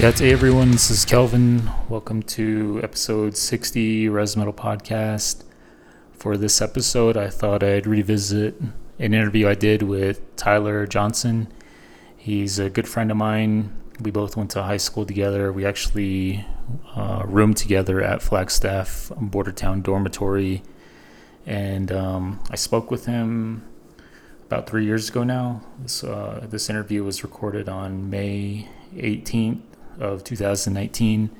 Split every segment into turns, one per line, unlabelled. That's hey everyone. This is Kelvin. Welcome to episode 60 Res Metal Podcast. For this episode, I thought I'd revisit an interview I did with Tyler Johnson. He's a good friend of mine. We both went to high school together. We actually uh, roomed together at Flagstaff Bordertown Dormitory, and um, I spoke with him about three years ago now. This uh, this interview was recorded on May 18th of 2019,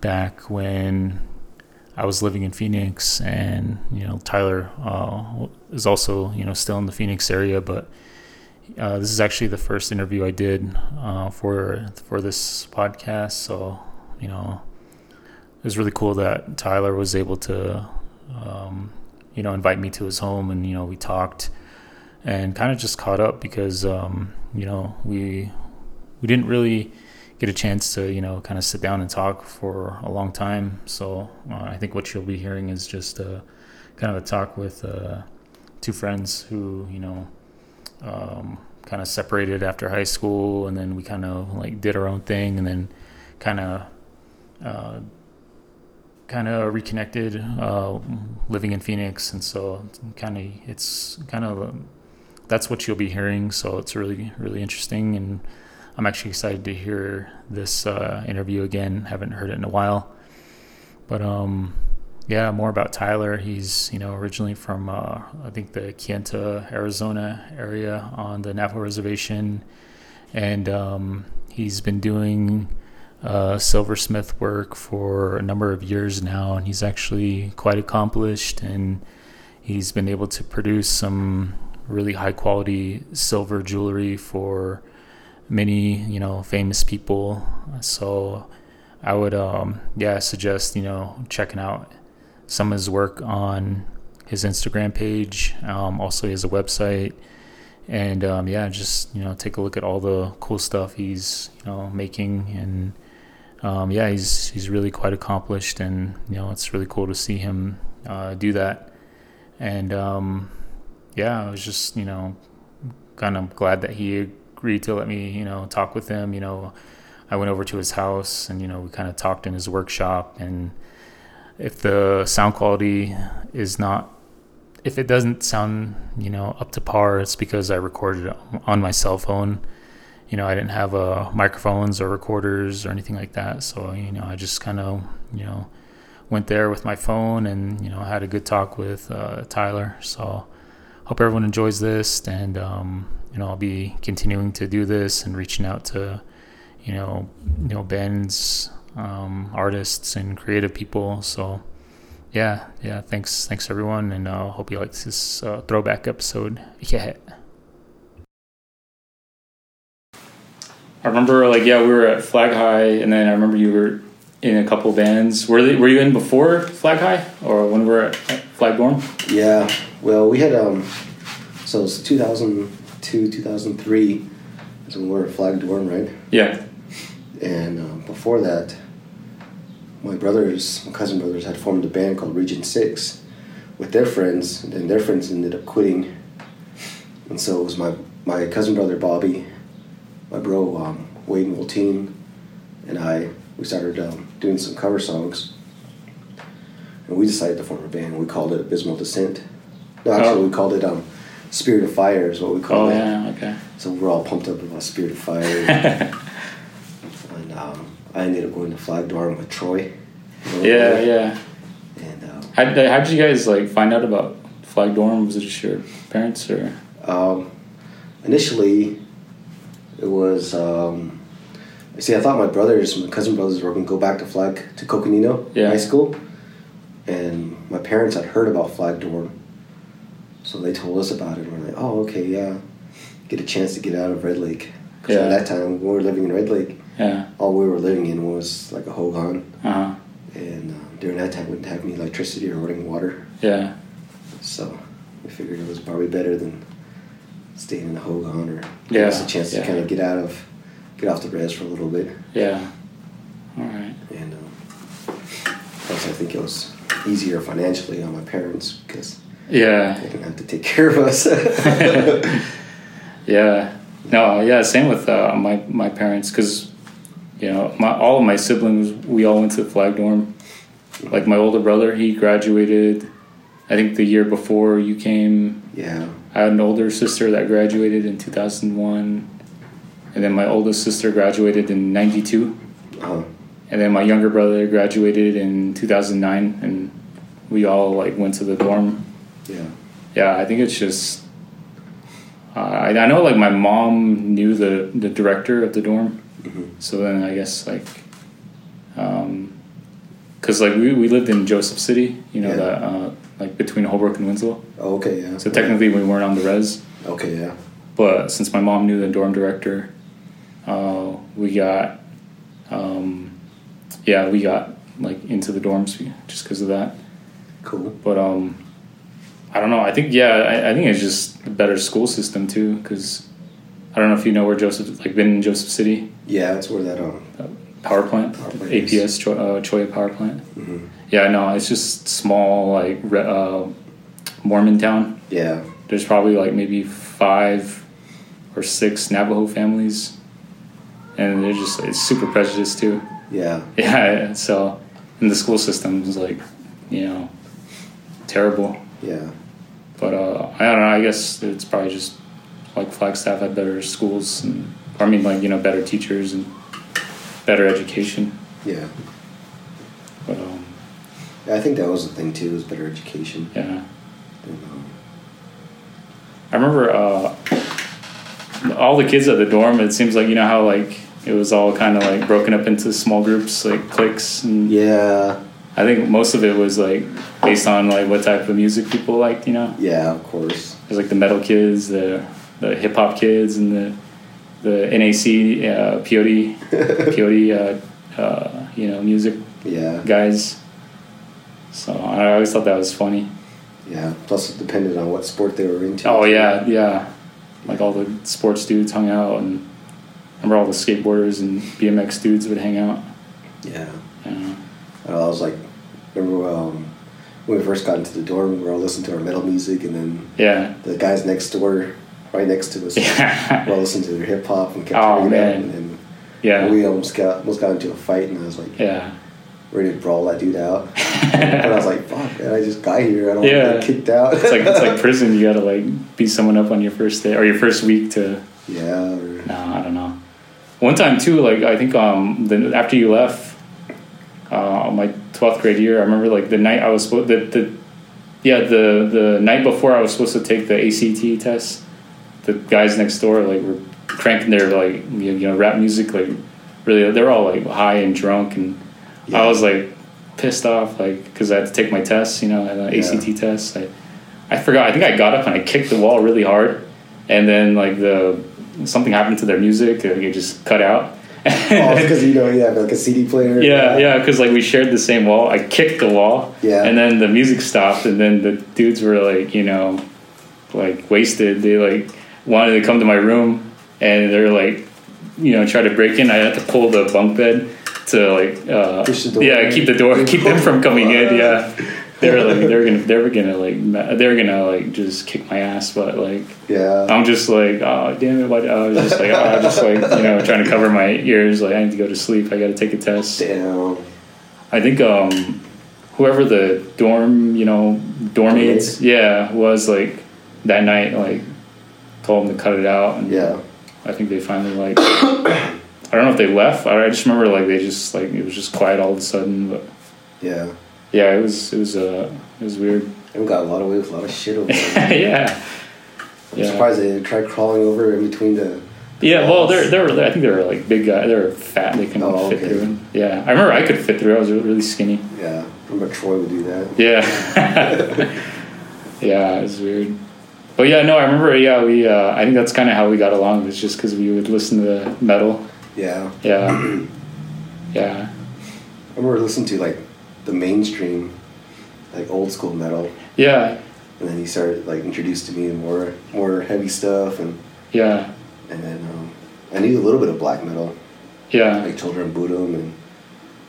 back when I was living in Phoenix, and you know Tyler uh, is also you know still in the Phoenix area, but uh, this is actually the first interview I did uh, for for this podcast. So you know it was really cool that Tyler was able to um, you know invite me to his home, and you know we talked and kind of just caught up because um, you know we we didn't really get a chance to you know kind of sit down and talk for a long time. So uh, I think what you'll be hearing is just uh, kind of a talk with uh, two friends who you know um, kind of separated after high school, and then we kind of like did our own thing, and then kind of. Uh, kind of reconnected uh, living in phoenix and so kind of it's kind of um, that's what you'll be hearing so it's really really interesting and i'm actually excited to hear this uh, interview again haven't heard it in a while but um yeah more about tyler he's you know originally from uh, i think the kienta arizona area on the navajo reservation and um, he's been doing uh, silversmith work for a number of years now, and he's actually quite accomplished. And he's been able to produce some really high quality silver jewelry for many, you know, famous people. So I would, um, yeah, suggest you know checking out some of his work on his Instagram page. Um, also, he has a website and um, yeah, just you know, take a look at all the cool stuff he's you know making, and um, yeah, he's he's really quite accomplished, and you know, it's really cool to see him uh, do that. And um, yeah, I was just you know, kind of glad that he agreed to let me you know talk with him. You know, I went over to his house, and you know, we kind of talked in his workshop, and if the sound quality is not if it doesn't sound you know up to par it's because i recorded it on my cell phone you know i didn't have uh, microphones or recorders or anything like that so you know i just kind of you know went there with my phone and you know had a good talk with uh, tyler so hope everyone enjoys this and um, you know i'll be continuing to do this and reaching out to you know you know bands um, artists and creative people so yeah yeah thanks thanks everyone and uh, hope you liked this uh, throwback episode yeah i remember like yeah we were at flag high and then i remember you were in a couple bands were they were you in before flag high or when we were at flag dorm
Yeah. Well, we had um, so it was 2002, 2003 is when we were at Flag Dorm, right?
yeah
And um, before that, my brothers, my cousin brothers, had formed a band called Region Six with their friends, and their friends ended up quitting. And so it was my my cousin brother Bobby, my bro um, Wade Moltine, and I. We started um, doing some cover songs, and we decided to form a band. We called it Abysmal Descent. No, actually,
Oh.
we called it um, Spirit of Fire is what we
oh
called it.
yeah okay
So we're all pumped up about Spirit of Fire. and um, I ended up going to Flag Dorm with Troy.
yeah yeah
And um,
how did, how did you guys like find out about flag dorm was it just your parents or
um, initially, it was. Um, you see, I thought my brothers, my cousin brothers, were going to go back to Flag to Coconino
Yeah.
High School, and my parents had heard about Flag Dorm, so they told us about it. And we're like, "Oh, okay, yeah, get a chance to get out of Red Lake." 'Cause
Yeah.
at that time, we were living in Red Lake.
yeah
All we were living in was like a hogan.
uh-huh
and um, during that time wouldn't have any electricity or running water.
yeah
So we figured it was probably better than staying in the Hogan or
Yeah,
give us a chance
yeah.
to kind of get out of, get off the res for a little bit.
yeah all right
And um, plus, I think it was easier financially on my parents because
yeah
they didn't have to take care of us.
Yeah. No. Yeah. Same with uh, my my parents because
you know, my all of my siblings, we all went to the flag dorm. Like my older brother, he graduated. I think the year before you came.
Yeah.
I had an older sister that graduated in two thousand one, and then my oldest sister graduated in ninety two,
Uh,
and then my younger brother graduated in two thousand nine, and we all like went to the dorm.
yeah.
Yeah, I think it's just. Uh, I I know like my mom knew the the director of the dorm.
hmm
So then I guess like, um, cause like we, we lived in Joseph City, you know,
Yeah.
that, uh, like between Holbrook and Winslow.
Oh, okay. Yeah.
So technically we weren't on the res,
Okay. Yeah.
but since my mom knew the dorm director, uh, we got, um, yeah, we got like into the dorms just because of that.
Cool.
But um, I don't know. I think yeah, I, I think it's just a better school system too, cause I don't know if you know where Joseph like been in Joseph City.
Yeah, that's where that um.
power plant,
Power plant, yes.
APS Cho- uh, Cholla power plant.
mhm.
Yeah, no, it's just small like re- uh, Mormon town.
Yeah.
There's probably like maybe five or six Navajo families, and they're just it's super prejudiced too.
Yeah.
Yeah, so and the school system is like you know terrible.
Yeah.
But uh, I don't know. I guess it's probably just like Flagstaff had better schools, and or I mean like you know better teachers and better education.
Yeah.
But um,
I think that was the thing too. Was better education.
yeah.
And, um,
I remember uh, all the kids at the dorm. It seems like you know how like it was all kind of like broken up into small groups, like cliques, and
yeah.
I think most of it was like based on like what type of music people liked. You know,
Yeah. Of course.
there's like the metal kids, the the hip hop kids, and the the NAC uh, peyote peyote uh, uh, you know music
Yeah.
guys. So I always thought that was funny.
Yeah. Plus, it depended on what sport they were into.
Oh yeah, yeah. Like all the sports dudes hung out, and I remember all the skateboarders and BMX dudes would hang out.
Yeah.
Yeah,
And I was like, remember um, when we first got into the dorm, we were all listening to our metal music, and then
yeah.
the guys next door, right next to us,
Yeah.
were all listening to their hip hop and kept
Oh,
bringing it up,
man.
and then
yeah.
we almost got almost got into a fight, and I was like,
yeah.
ready to brawl that dude out. and I was like, fuck, man, I just got here. I don't
Yeah.
want to get kicked out.
It's like it's like prison. You gotta like beat someone up on your first day or your first week to.
yeah, or,
No, I don't know. One time too, like I think um the, after you left, uh, my twelfth grade year, I remember like the night I was supposed the, the yeah the the night before I was supposed to take the ACT test, the guys next door like were cranking their like you know rap music like really they're all like high and drunk and I
Yeah.
was like pissed off like because I had to take my test you know the
Yeah.
ACT test I I forgot I think I got up and I kicked the wall really hard and then like the something happened to their music and it just cut out.
because Oh, you know you have like a CD player.
Yeah, yeah, because like we shared the same wall. I kicked the wall,
Yeah.
and then the music stopped, and then the dudes were like, you know, like wasted. They like wanted to come to my room, and they're like, you know, try to break in. I had to pull the bunk bed to like, uh,
Push the door.
yeah, keep the door, keep them from coming in. Yeah, they were like, they were gonna, they were gonna like, ma- they were gonna like just kick my ass, but like.
yeah.
I'm just like, oh damn it! Why? I was just like, oh, I'm just like, you know, trying to cover my ears. Like, I need to go to sleep. I got to take a test.
Damn.
I think um, whoever the dorm, you know, dorm aides, yeah, was like that night, like told them to cut it out, and
Yeah.
I think they finally like, I don't know if they left. I I just remember like they just like it was just quiet all of a sudden, but
Yeah.
yeah, it was it was uh it was weird.
And we got a lot of away with a lot of shit over there.
yeah,
I'm
Yeah.
surprised they didn't try crawling over in between the.
yeah. Well, they're they were I think they were like big guy. They were fat. They couldn't
Oh,
fit
okay.
through. Yeah, I remember I could fit through. I was really skinny.
Yeah, I remember Troy would do that.
Yeah. yeah, it was weird. But yeah, no, I remember. Yeah, we. Uh, I think that's kind of how we got along. Was just because we would listen to metal.
Yeah,
Yeah. yeah.
I remember listening to like the mainstream, like old school metal,
Yeah.
and then he started like introduced to me more more heavy stuff, and
Yeah.
and then um, I knew a little bit of black metal,
Yeah.
like Children of Bodom and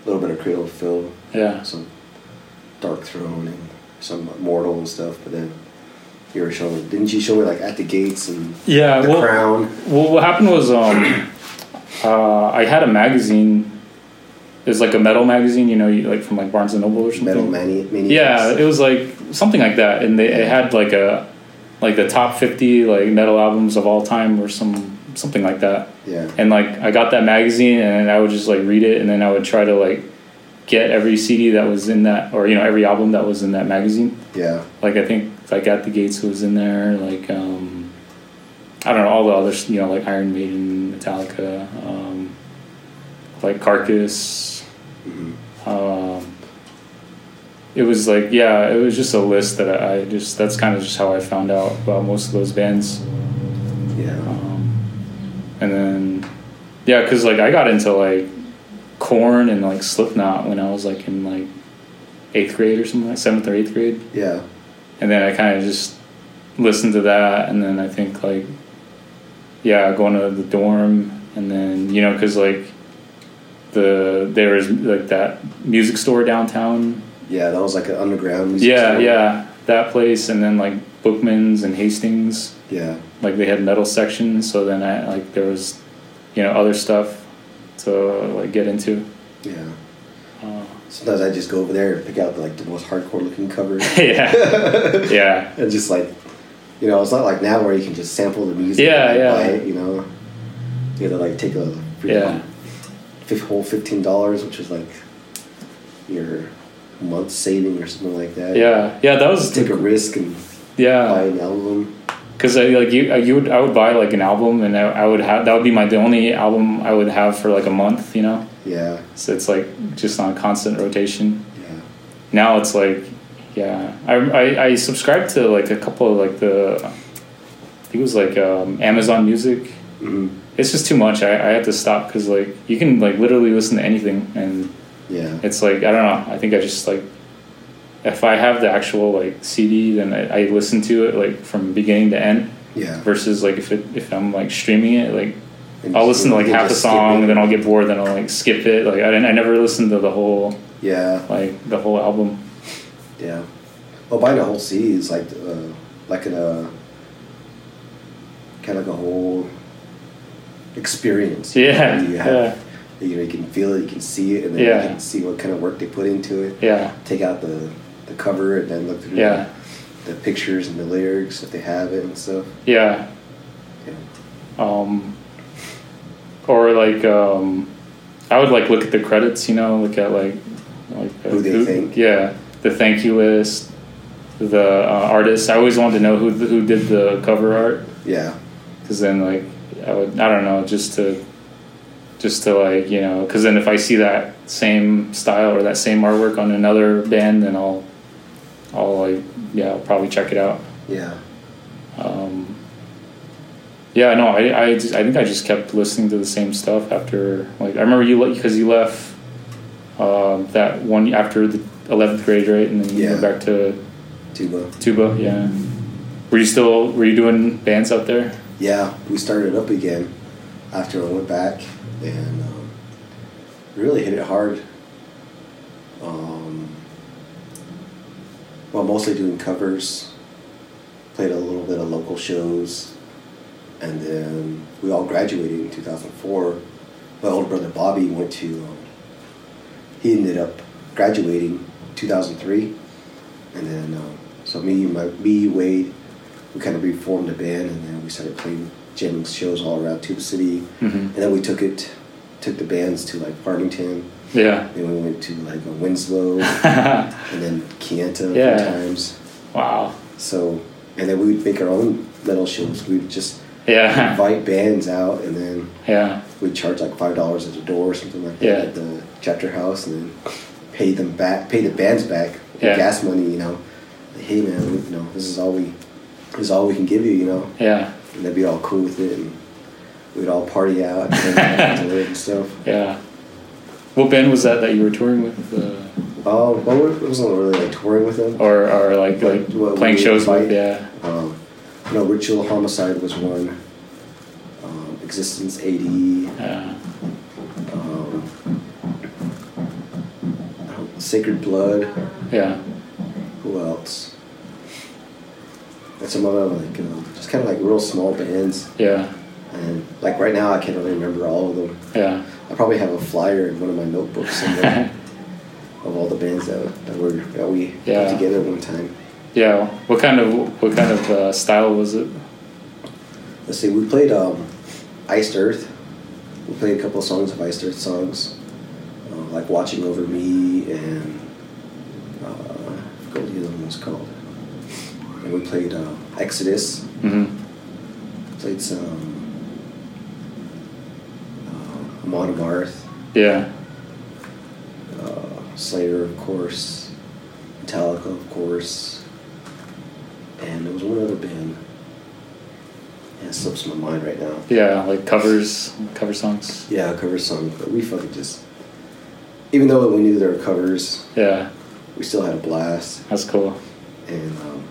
a little bit of Cradle of Filth,
Yeah.
some Dark Throne and some Mortal and stuff. But then you were showing, didn't you show me like At the Gates and
Yeah.
The
Uh, Well,
Crown?
well, what happened was um, Uh, I had a magazine. It was like a metal magazine, you know, you, like from like Barnes and Noble or something.
Metal mani- maniacs.
Mm-hmm. Yeah, it was like something like that, and they it had like a like the top fifty like metal albums of all time or some something like that.
Yeah.
And like I got that magazine, and I would just like read it, and then I would try to like get every CD that was in that, or you know, every album that was in that magazine.
Yeah.
Like I think like At the Gates was in there, like um, I don't know all the others, you know, like Iron Maiden, Metallica, um, like Carcass.
Mm-hmm.
Um, it was like yeah, it was just a list that I, I just that's kind of just how I found out about most of those bands.
Yeah.
Um, and then, yeah, because like I got into like corn and like Slipknot when I was like in like eighth grade or something, like seventh or eighth grade.
Yeah.
And then I kind of just listened to that, and then I think like, yeah, going to the dorm, and then you know, because like the there was like that music store downtown.
Yeah. That was like an underground. music
Yeah,
store.
yeah, that place, and then like Bookman's and Hastings
Yeah.
like they had metal sections so then i like there was you know other stuff to like get into
Yeah.
uh,
Sometimes I just go over there and pick out like the most hardcore looking covers.
yeah
and
yeah
just like, you know, it's not like now where you can just sample the music.
Yeah,
and
yeah.
Buy it, you know, you had to like take a freaking
Yeah.
fif- whole fifteen dollars, which is like your month saving or something like that.
yeah yeah that
Just
was
take a risk and buy
yeah
an album.
because i like you, I- you would, i would buy like an album and I, I would have that would be my the only album i would have for like a month you know
Yeah.
so it's like just on constant rotation
Yeah.
now it's like yeah I, I i subscribed to like a couple of like the i think it was like um amazon music
Mhm.
it's just too much. I, I had to stop because like you can like literally listen to anything, and
Yeah.
it's like I don't know. I think I just like if I have the actual like CD, then I, I listen to it like from beginning to end.
Yeah.
Versus like if it if I'm like streaming it, like
And
I'll
just-
listen to like
you
half a
just skip
song,
it.
then I'll get bored, then I'll like skip it. Like I didn't, I never listened to the whole
Yeah.
like the whole album.
Yeah. Well, buying a whole CD is like uh, like an uh, kind of like a whole experience.
Yeah,
You,
yeah,
have, you know, you can feel it, you can see it, and then
Yeah.
you can see what kind of work they put into it.
yeah,
Take out the the cover and then look through
yeah,
the, the pictures and the lyrics if they have it and stuff.
yeah.
Yeah.
um, or like um, I would like look at the credits, you know, look at like like the-
Who they thank.
yeah, the thank you list, the uh, artists. I always wanted to know who the, who did the cover art
Yeah.
because then like I would I don't know just to just to like you know because then if I see that same style or that same artwork on another band, then I'll I'll like yeah I'll probably check it out.
Yeah.
Um, yeah, no, I, I, just, I think I just kept listening to the same stuff after, like, I remember you, because you left um that one after the 11th grade, right? And then you went
Yeah.
back to
Tuba.
tuba, yeah. Were you still, were you doing bands out there?
Yeah, we started up again after I went back and um, really hit it hard. Um, well, mostly doing covers, played a little bit of local shows, and then we all graduated in 2004. My older brother Bobby went to, um, he ended up graduating 2003, and then um, so me, my, me, Wade, we kind of reformed the band and then we started playing jamming shows all around Tuba City. And then we took it, took the bands to like Farmington.
Yeah.
Then we went to like Winslow and then Kianta a
Yeah.
few times.
wow.
So, and then we would make our own metal shows. We would just
Yeah.
invite bands out and then
Yeah.
we'd charge like $5 at the door or something like that
Yeah.
at the chapter house and then pay them back, pay the bands back,
Yeah.
gas money, you know. Like, hey man, we, you know, this is all we, this is all we can give you, you know
Yeah.
and they'd be all cool with it, and we'd all party out and hang out afterward and stuff.
Yeah. What band was that that you were touring with? Uh,
Um, well, it wasn't really like touring with them.
or, or like, like
What
playing
we
shows with?
invite.
Yeah.
Um, you know, Ritual Homicide was one. Um, Existence eighty.
Yeah.
Um, I don't- Sacred Blood.
Yeah.
Who else? um, And some other like uh, just kind of like real small bands.
Yeah.
And like right now, I can't really remember all of them.
Yeah.
I probably have a flyer in one of my notebooks somewhere of all the bands that, that were that we
Yeah.
put together one time.
Yeah. What kind of what kind of uh, style was it?
Let's see, we played um, Iced Earth. We played a couple of songs of Iced Earth songs, uh, like Watching Over Me and uh, I forgot what the other one was called. And we played uh, Exodus.
Mm-hmm.
Played some uh, Amon Amarth,
Yeah.
uh, Slayer, of course, Metallica, of course, and there was one other band. And it slips my mind right now.
Yeah. Like covers, cover songs.
Yeah, cover song, but we fucking just. Even though we knew there were covers,
Yeah.
we still had a blast,
That's cool.
and um,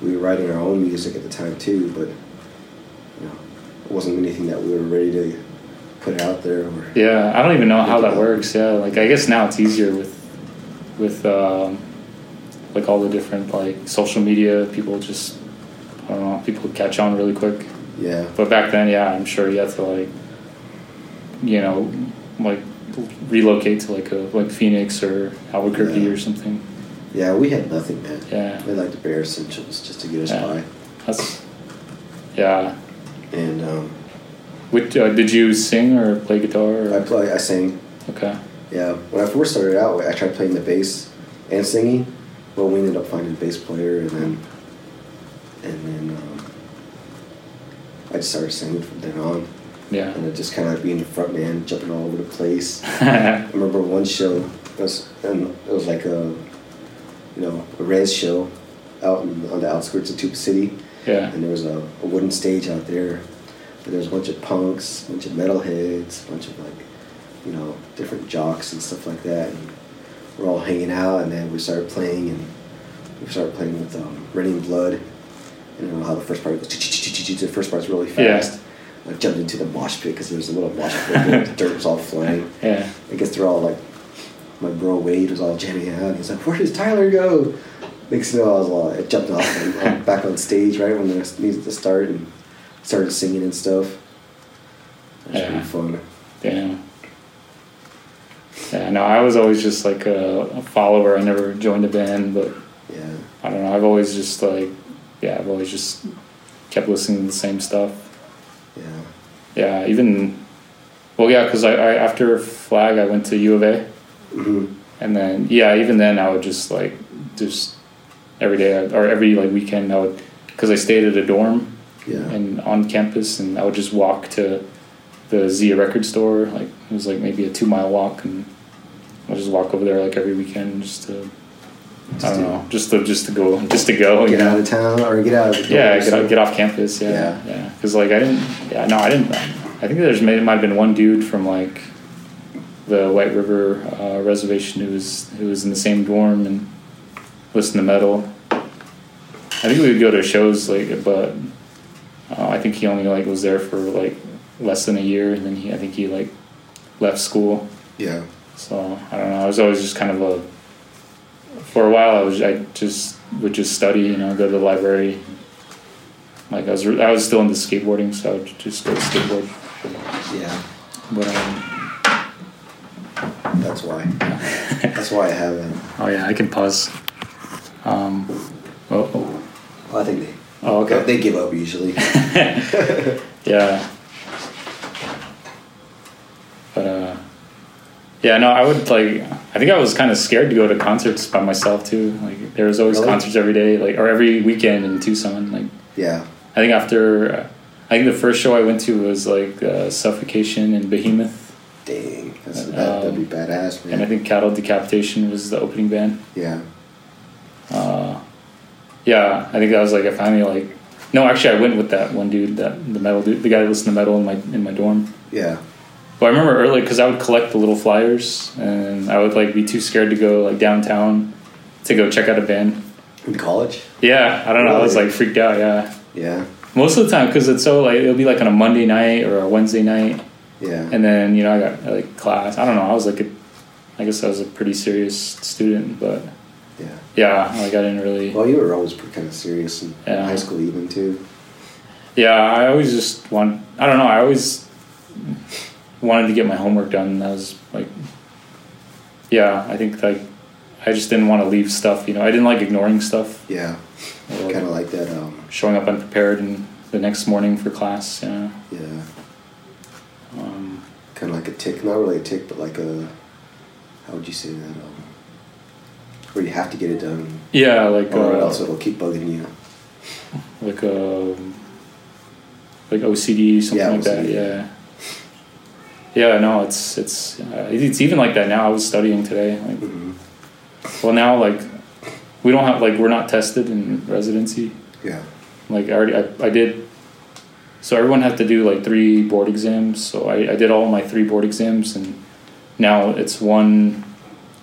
we were writing our own music at the time too. But you know, it wasn't anything that we were ready to put out there. Or
Yeah, I don't even know how that works. Yeah, like I guess now it's easier with with um, like all the different like social media. People just I don't know. People catch on really quick.
yeah,
But back then, yeah, I'm sure you had to like you know like relocate to like a like Phoenix or Albuquerque
Yeah.
or something.
yeah, we had nothing, man.
Yeah.
we liked the bare essentials just to get us
Yeah. That's yeah.
by. And um,
Which, uh, did you sing or play guitar?
I
Or?
play, I sang.
Okay.
Yeah, when I first started out, I tried playing the bass and singing, but we ended up finding a bass player, and then and then um, I just started singing from then on,
Yeah.
and it just kind of being the front man, jumping all over the place. I remember one show, it was and it was like a you know a res show out in, on the outskirts of Tuba City,
yeah.
and there was a, a wooden stage out there. And there was a bunch of punks, a bunch of metalheads, a bunch of like, you know, different jocks and stuff like that. And we're all hanging out, and then we started playing, and we started playing with um, Raining Blood. And I don't know how the first part goes. The first part's really
Yeah.
fast. I jumped into the mosh pit because there was a little mosh pit. where the dirt was all flying.
Yeah.
I guess they're all like, my bro Wade was all jamming out. and He's like, "Where does Tyler go?" Next thing you know, I was all, I jumped off and uh, back on stage right when the music to start and started singing and stuff. It was
Yeah.
pretty fun.
Damn. Yeah, no, I was always just like a, a follower. I never joined a band, but
Yeah,
I don't know. I've always just like, yeah, I've always just kept listening to the same stuff.
yeah,
Yeah, even, well, yeah, because I, I, after Flag, I went to U of A.
hmm
And then, yeah, even then, I would just like, just every day I- or every like weekend, I would, because I stayed at a dorm
yeah,
and on campus, and I would just walk to the Zia record store. Like it was like maybe a two mile walk, and I would just walk over there like every weekend just to I
Just
don't
to
know, just to just to go, just to go. you
get
know?
out of town or get out. Of the
yeah,
dorms.
get out, get off campus. Yeah,
Yeah.
yeah. Because like I didn't, yeah, no, I didn't. I think there's may- might have been one dude from like the White River uh, reservation who was who was in the same dorm and listened to metal. I think we would go to shows like, but uh, I think he only like was there for like less than a year, and then he I think he like left school.
Yeah,
So I don't know. I was always just kind of a. For a while, I was I just would just study. You know, go to the library. Like I was I was still into skateboarding, so I would just go skateboard.
yeah.
But um,
That's why. That's why I haven't.
oh yeah, I can pause. Um, oh, oh,
I think they.
oh okay.
They give up usually.
Yeah. But uh yeah, no, I would like I think I was kind of scared to go to concerts by myself too. Like there was always
Really?
concerts every day, like or every weekend in Tucson. Like
yeah,
I think after I think the first show I went to was like uh, Suffocation and Behemoth,
dang, that's that, that'd be badass, man.
Uh, um, and I think Cattle Decapitation was the opening band.
yeah,
Uh, yeah, I think that was like I finally like no, actually I went with that one dude that the metal dude, the guy that listened to metal in my in my dorm.
yeah,
But I remember early because I would collect the little flyers, and I would like be too scared to go like downtown to go check out a band.
in college.
Yeah, I don't know. I was
Really?
like freaked out. Yeah,
Yeah,
most of the time because it's so like it'll be like on a Monday night or a Wednesday night,
yeah.
and then you know I got like class. I don't know. I was like, a, I guess I was a pretty serious student, but
Yeah.
yeah, like I didn't really.
Well, you were always pretty kind of serious in
Yeah.
high school, even too.
Yeah, I always just want. I don't know. I always wanted to get my homework done. That was like, yeah. I think like I just didn't want to leave stuff. You know, I didn't like ignoring stuff,
Yeah,
or
kind of like that. Um,
showing up unprepared and the next morning for class. You know,
yeah,
um,
kind of like a tick. Not really a tick, but like a how would you say that? Um, where you have to get it done,
yeah, like
or
uh,
else it'll keep bugging you.
like a like OCD something
Yeah,
like that.
OCD.
Yeah. Yeah, no, it's it's uh, it's even like that now. I was studying today. Like,
hmm
well, now like we don't have like we're not tested in residency.
Yeah,
Like I already I, I did. So everyone had to do like three board exams. So I, I did all my three board exams, and now it's one,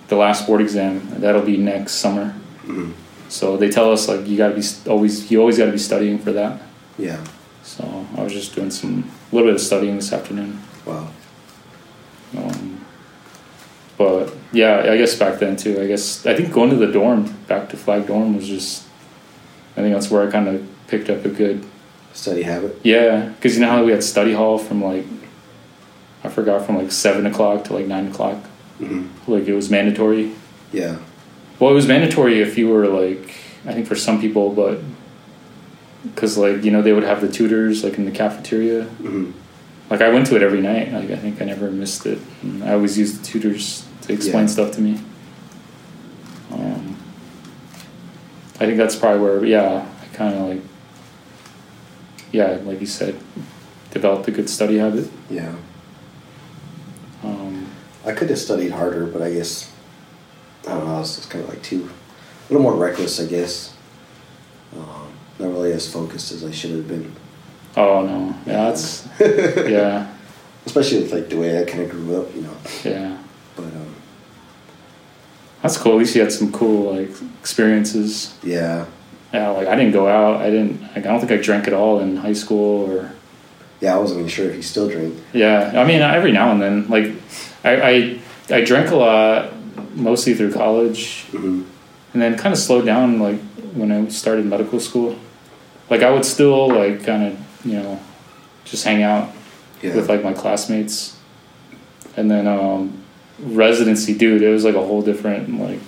the last board exam that'll be next summer.
hmm
So they tell us like you gotta be st- always you always gotta be studying for that.
yeah.
So I was just doing some a little bit of studying this afternoon.
Wow.
Um, but yeah, I guess back then too. I guess I think going to the dorm, back to Flag Dorm, was just. I think that's where I kind of picked up a good
Study habit.
yeah, because you know how we had study hall from like. I forgot from like seven o'clock to like nine o'clock.
hmm
Like it was mandatory.
Yeah.
Well, it was mandatory if you were like I think for some people, but because like you know they would have the tutors like in the cafeteria.
hmm
like I went to it every night. Like I think I never missed it. And I always used the tutors to explain
Yeah.
stuff to me. Um, I think that's probably where yeah I kind of like yeah like you said developed a good study habit.
Yeah.
Um,
I could have studied harder, but I guess I don't know. I was just kind of like too a little more reckless, I guess. Um, not really as focused as I should have been.
oh no yeah that's yeah
Especially with like the way I kind of grew up, you know.
yeah
But um,
that's cool. At least you had some cool like experiences.
yeah,
Yeah, like I didn't go out. I didn't. Like, I don't think I drank at all in high school or.
yeah. I wasn't even sure if you still drink.
Yeah, I mean, every now and then, like, I I, I drank a lot, mostly through college,
hmm
and then kind of slowed down, like when I started medical school. Like I would still like kind of you know, just hang out
Yeah.
with like my classmates, and then um, residency, dude, it was like a whole different like,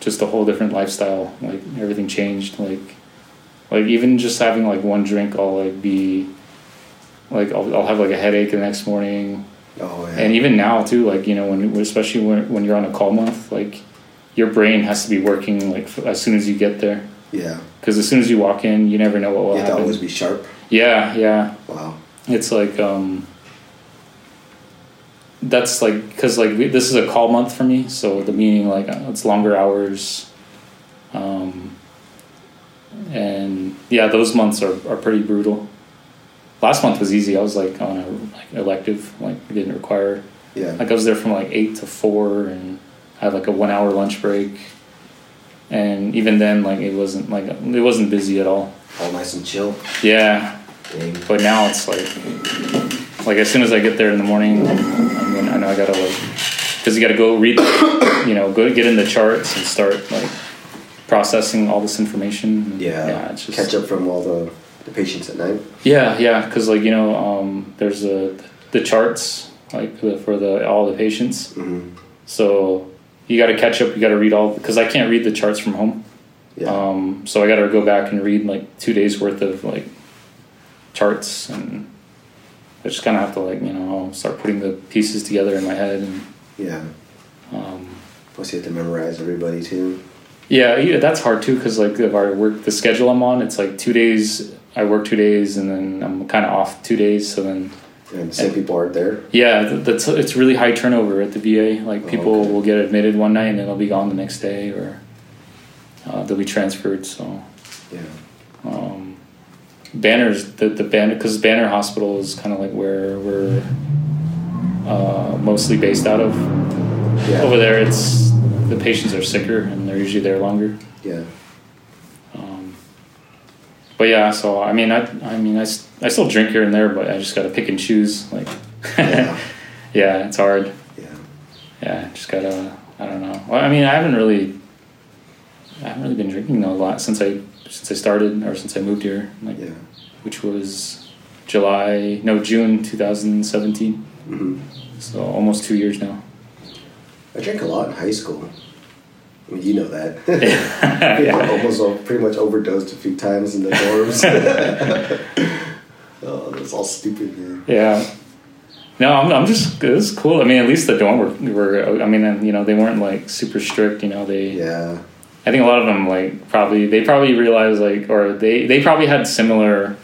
just a whole different lifestyle. Like everything changed. Like, like even just having like one drink, I'll like be, like I'll, I'll have like a headache the next morning,
oh yeah.
and even now too. Like you know when especially when when you're on a call month, like your brain has to be working like f- as soon as you get there.
yeah.
Because as soon as you walk in, you never know what will
You have to
happen.
always be sharp.
yeah, yeah
Wow.
it's like um that's like because like we, this is a call month for me so the meaning like uh, it's longer hours um and yeah those months are, are pretty brutal last month was easy i was like on a like elective like it didn't require
Yeah.
like i was there from like eight to four and had like a one hour lunch break and even then like it wasn't like it wasn't busy at all
All nice and chill.
yeah
Dang.
but now it's like, like as soon as I get there in the morning, I'm gonna, I know I gotta like, because you gotta go read, you know, go get in the charts and start like processing all this information.
Yeah.
yeah, it's just,
Catch up from all the, the patients at night.
Yeah, yeah, because like you know, um, there's a the charts like the, for the all the patients,
hmm
so you gotta catch up. You gotta read all because I can't read the charts from home.
Yeah.
Um, so I got to go back and read like two days worth of like charts, and I just kind of have to like you know start putting the pieces together in my head. And
yeah.
um,
Plus you have to memorize everybody too.
yeah, yeah, that's hard too because like of our work, the schedule I'm on, it's like two days. I work two days, and then I'm kind of off two days. So then
And some people aren't there.
yeah, th- that's it's really high turnover at the VA. Like
Oh,
people
okay.
will get admitted one night and then they'll be gone the next day, or uh, they'll be transferred. So.
Yeah.
um, banners the the banner because banner hospital is kind of like where we're uh, mostly based out of
Yeah.
over there it's the patients are sicker and they're usually there longer
Yeah.
um, but yeah so i mean i i mean I, s- I still drink here and there but i just gotta pick and choose like
Yeah.
yeah it's hard
Yeah.
yeah just gotta i don't know well, i mean i haven't really i haven't really been drinking a lot since i since i started or since i moved here like
Yeah.
which was July, no, June 2017.
hmm
So almost two years now.
I drank a lot in high school. I mean, you know that.
Yeah.
Almost all, pretty much overdosed a few times in the dorms. oh, that's all stupid, man.
Yeah. No, I'm, I'm just, it was cool. I mean, at least the dorm were, were I mean, and, you know, they weren't like super strict, you know, they,
Yeah.
I think a lot of them like probably, they probably realized like, or they, they probably had similar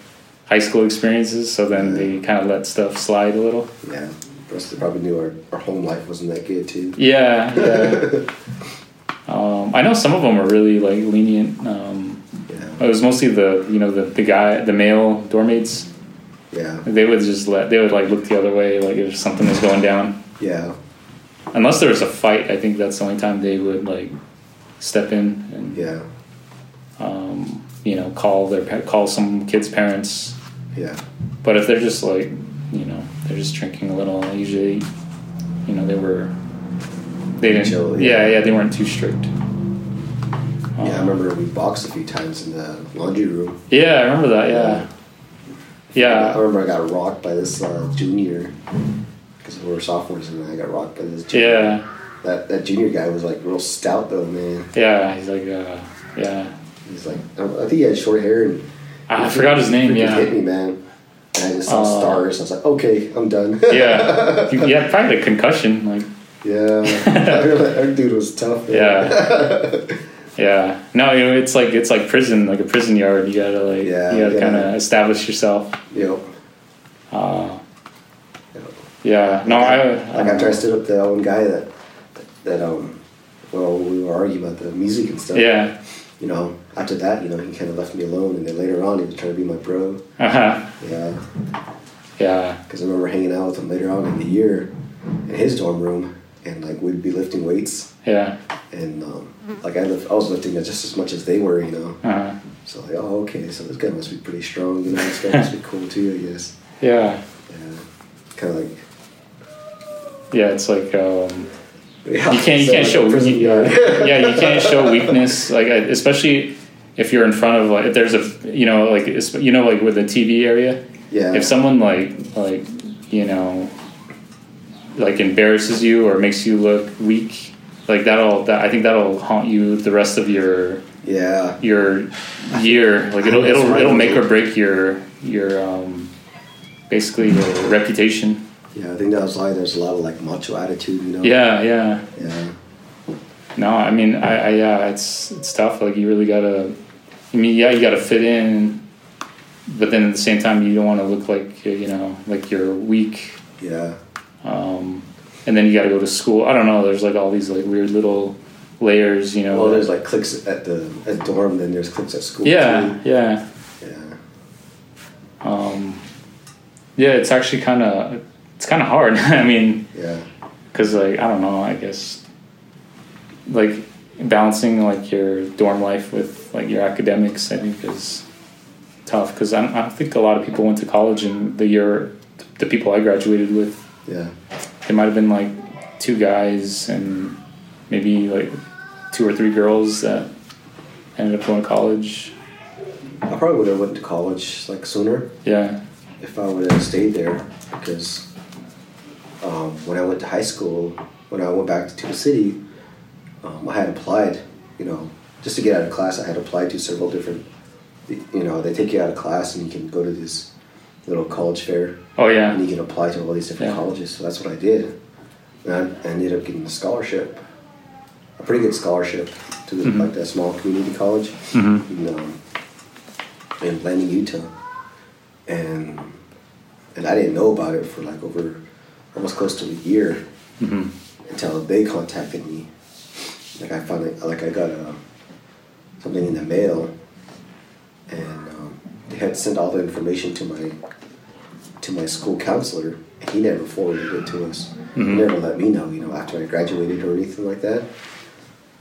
high school experiences. So then they kind of let stuff slide a little.
Yeah. Plus, they probably knew our, our home life wasn't that good, too.
Yeah. yeah. um, I know some of them were really like lenient. Um,
Yeah.
it was mostly the, you know, the, the guy, the male dorm mates.
Yeah.
They would just let, they would like look the other way, like if something was going down.
Yeah.
unless there was a fight i think that's the only time they would like step in and
Yeah.
um, you know call their pa- call some kids parents
Yeah.
but if they're just like you know they're just drinking a little usually you know they were they didn't
Chill, yeah.
yeah. yeah they weren't too strict Um,
Yeah, I remember we boxed a few times in the laundry room.
yeah i remember that yeah
I
yeah
remember I got rocked by this uh, junior because we were sophomores, and I got rocked by this junior.
yeah
That that junior guy was like real stout though, man.
yeah he's like uh, yeah
He's like, I, I think he had short hair and
Ah, i forgot his name
freaking hit
yeah
me, man. And I just saw
Uh,
stars. I was like, okay, I'm done.
yeah yeah probably the concussion like
yeah. that dude was tough. Man.
Yeah. yeah. No, you know, it's like it's like prison, like a prison yard. You gotta like
Yeah,
you gotta
yeah.
kind of establish yourself.
Yep.
Uh,
Yep.
yeah. No, I uh, um,
like after I stood up to that one guy that that um, well, we were arguing about the music and stuff.
Yeah.
You know, after that, you know, he kind of left me alone, and then later on, he was trying to be my bro.
Uh huh.
Yeah.
Yeah.
because I remember hanging out with him later on in the year in his dorm room, and like we'd be lifting weights,
Yeah.
and um,
Mm-hmm.
like I, lift, I was lifting just as much as they were, you know.
Uh,
So like, oh okay, so this guy must be pretty strong, you know. This guy must be cool too, I guess.
yeah.
Yeah, kind of like
Yeah. It's like um,
yeah,
you can't you
so,
can't
like,
show uh,
a prison
you,
yard.
yeah you can't show weakness like I- especially if you're in front of like if there's a you know like it's- you know like with the TV area
yeah,
if someone like like you know like embarrasses you or makes you look weak like that'll that i think that'll haunt you the rest of your
yeah,
your year like it'll
That's
it'll
right.
it'll make or break your your um basically your reputation
yeah. I think that was why there's a lot of like macho attitude, you know.
yeah yeah
yeah,
no i mean i, I yeah it's it's tough like you really gotta i mean yeah you gotta fit in but then at the same time you don't want to look like you know like you're weak
yeah,
um, and then you got to go to school. I don't know. There's like all these like weird little layers, you know.
Well, there's like clicks at the at dorm, then there's clicks at school.
yeah, yeah,
too. yeah,
um, yeah. It's actually kind of it's kind of hard. I mean,
yeah,
because like I don't know. I guess like balancing like your dorm life with like your academics, I think is tough. Because I, don't- I don't think a lot of people went to college in the year the people I graduated with
yeah,
It might have been like two guys and maybe like two or three girls that ended up going to college.
I probably would have went to college like sooner.
Yeah,
if I would have stayed there because um, when I went to high school, when I went back to Tuba City, um, I had applied, you know, just to get out of class, I had applied to several different, you know, they take you out of class and you can go to this little college fair
Oh, yeah.
and you can apply to all these different
Yeah.
colleges. So that's what I did. And I, I ended up getting a scholarship, a pretty good scholarship to the,
Mm-hmm.
like that small community college in, um, in Blanding, Utah. And and I didn't know about it for like over almost close to a year until they contacted me. Like I found it, like I got a, something in the mail, and um, they had sent all the information to my to my school counselor, and he never forwarded it to us. He never let me know, you know, after I graduated or anything like that.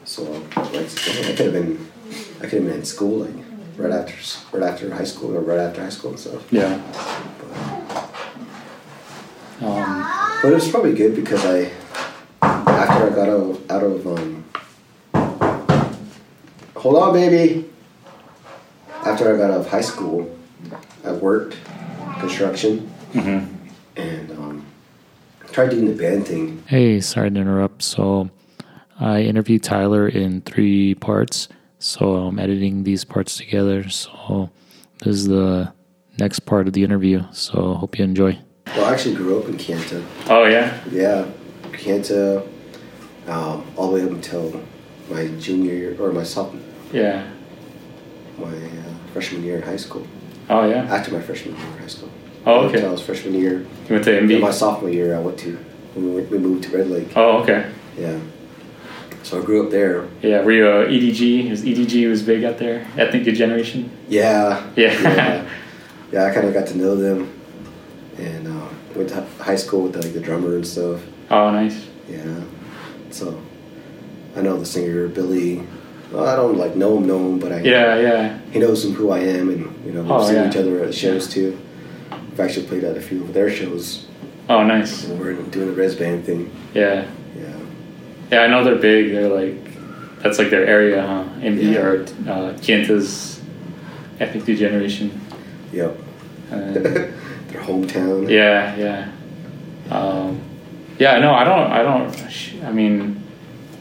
So like, dang, I could have been, I could have been in school like right after s- right after high school or right after high school and stuff.
yeah.
But,
Um,
but it was probably good because I, after I got out of, out of um, hold on, baby. After I got out of high school, I've worked construction
Mm-hmm.
and um, tried doing the band thing.
Hey, sorry to interrupt. So, I interviewed Tyler in three parts. So, I'm editing these parts together. So, this is the next part of the interview. So, hope you enjoy.
Well, I actually grew up in Canta.
Oh yeah.
Yeah, Canta, um, all the way up until my junior year or my sophomore,
Yeah.
my uh, freshman year in high school.
Oh yeah.
After my freshman year in high school.
Oh
Until I
okay.
was freshman year.
You went to
And my
MB.
sophomore year, I went to we, went, we moved to Red Lake.
Oh okay.
Yeah. So I grew up there.
Yeah. Were you uh, EDG? Was EDG was big out there? Ethnic degeneration.
Yeah.
Yeah.
Yeah, Yeah, I kind of got to know them, and uh, went to hi- high school with like the drummer and stuff.
Oh nice.
Yeah. So I know the singer Billy. Well, I don't like know him, know him, but I
Yeah yeah.
he knows who I am, and you know we've
Oh,
seen
yeah.
each other at shows too. I've actually played at a few of their shows.
Oh nice.
when We're doing the res band thing.
Yeah.
Yeah.
Yeah, I know they're big. They're like, that's like their area, huh? MB
Yeah.
or uh, Kienta's ethnic degeneration.
Yep.
Uh,
their hometown.
yeah, yeah. Um, yeah, no, I don't, I don't, sh- I mean,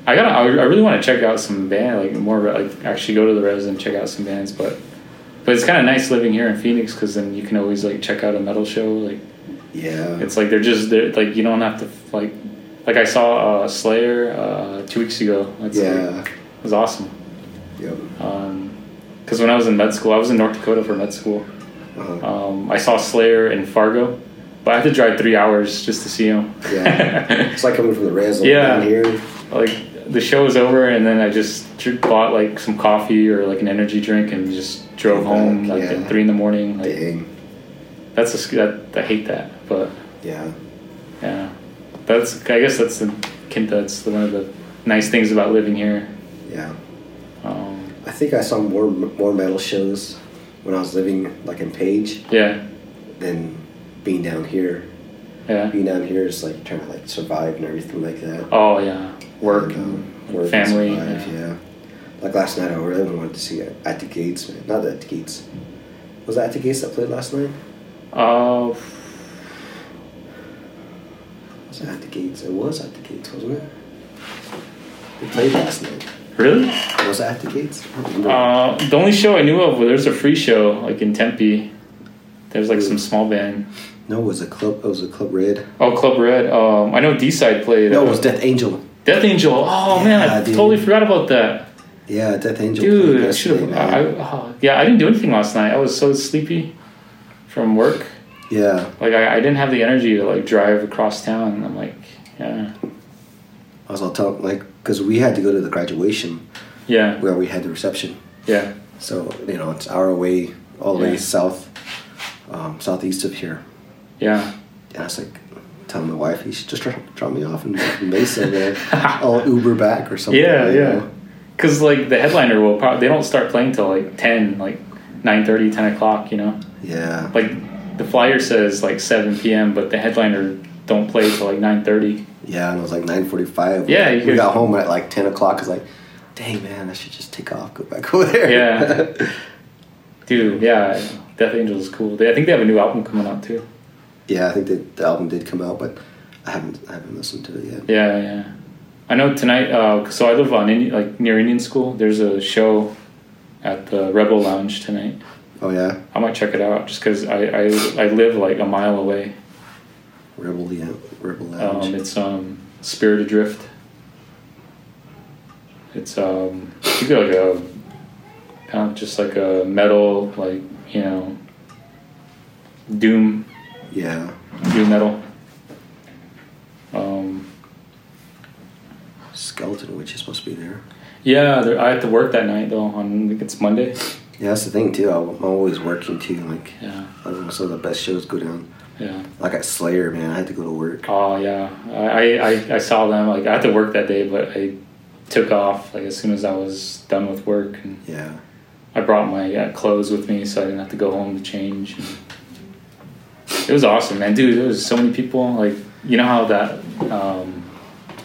I gotta, I, I really want to check out some band, like more, re- like actually go to the res and check out some bands, but, but it's kind of nice living here in Phoenix because then you can always like check out a metal show, like
Yeah.
it's like they're just they're like you don't have to like like I saw uh, Slayer uh, two weeks ago. That's
yeah.
like, it was awesome.
Yep.
Because when I was in med school, I was in North Dakota for med school.
Uh-huh.
Um, I saw Slayer in Fargo, but I had to drive three hours just to see him.
Yeah. it's like coming from the res like,
Yeah.
down here.
like the show was over, and then I just dr- bought like some coffee or like an energy drink and just drove
Drove
home
back,
like
yeah.
at three in the morning. Like
Dang.
that's a, sc- that I hate that, but
Yeah.
yeah, that's I guess that's the kind that's the, one of the nice things about living here.
Yeah.
Um,
I think I saw more more metal shows when I was living like in Page
yeah,
than being down here.
yeah.
Being down here is like trying to like survive and everything like that.
Oh yeah, work,
And, um,
and
work and
family.
survive,
yeah.
yeah. Like last night, I really wanted to see it at the Gates, man. Not at the Gates. Was it at the Gates that played last night?
Uh,
Was it at the Gates? It was at the Gates, wasn't it? They played last night.
really?
Was it at the Gates? I don't remember.
Uh, the only show I knew of, well, there's a free show like in Tempe. There's like some small band.
no, it was a club. It was a club red.
Oh, Club Red. Um, I know D Side played.
No,
uh,
it was Death Angel.
Death Angel. Oh man, I
Yeah, dude.
totally forgot about that,
Yeah, Death Angel. played
dude. I
yesterday,
should have.
man.
I, oh, yeah, I didn't do anything last night. I was so sleepy from work.
Yeah.
Like I, I didn't have the energy to like drive across town. I'm like, yeah,
I was all talking, like, because we had to go to the graduation
yeah,
where we had the reception.
yeah,
So, you know, it's our way, all the way
Yeah.
south, um, southeast of here.
yeah.
And I was like, telling my wife, he should just dro- drop me off in Mesa there. I'll Uber back or something.
Yeah,
you
yeah.
know?
Because like the headliner will probably they don't start playing till like ten, like 9:30, 10 o'clock. You know,
Yeah.
like the flyer says like seven p.m., but the headliner don't play till like nine thirty.
Yeah, and it was like 9.45.
Yeah,
We,
you could-
got home at like 10 o'clock. I was like, dang, man, I should just take off, go back over there.
Yeah. Dude, yeah, Death Angel is cool. They, I think they have a new album coming out too.
yeah, I think that the album did come out, but I haven't, I haven't listened to it yet.
Yeah, yeah. I know tonight. Uh, so I live on Indian, like near Indian School. There's a show at the Rebel Lounge tonight.
Oh, yeah.
I might check it out just because I, I I live like a mile away.
Rebel, yeah, Rebel Lounge.
Um, it's um, Spirit Adrift. It's um, you could like a kind of just like a metal, like you know, doom,
yeah.
doom metal. Um,
Skeleton Witch is supposed to be there.
yeah, there, I have to work that night though. On I think it's Monday.
Yeah, that's the thing too. I'm I'm always working too. Like,
Yeah,
I don't know, some of the best shows go down.
yeah.
Like at Slayer, man, I had to go to work.
Oh yeah, I, I- I I saw them. Like I had to work that day, but I took off like as soon as I was done with work, and
Yeah,
I brought my uh, clothes with me, so I didn't have to go home to change. It was awesome, man, dude. There was so many people. Like you know how that um,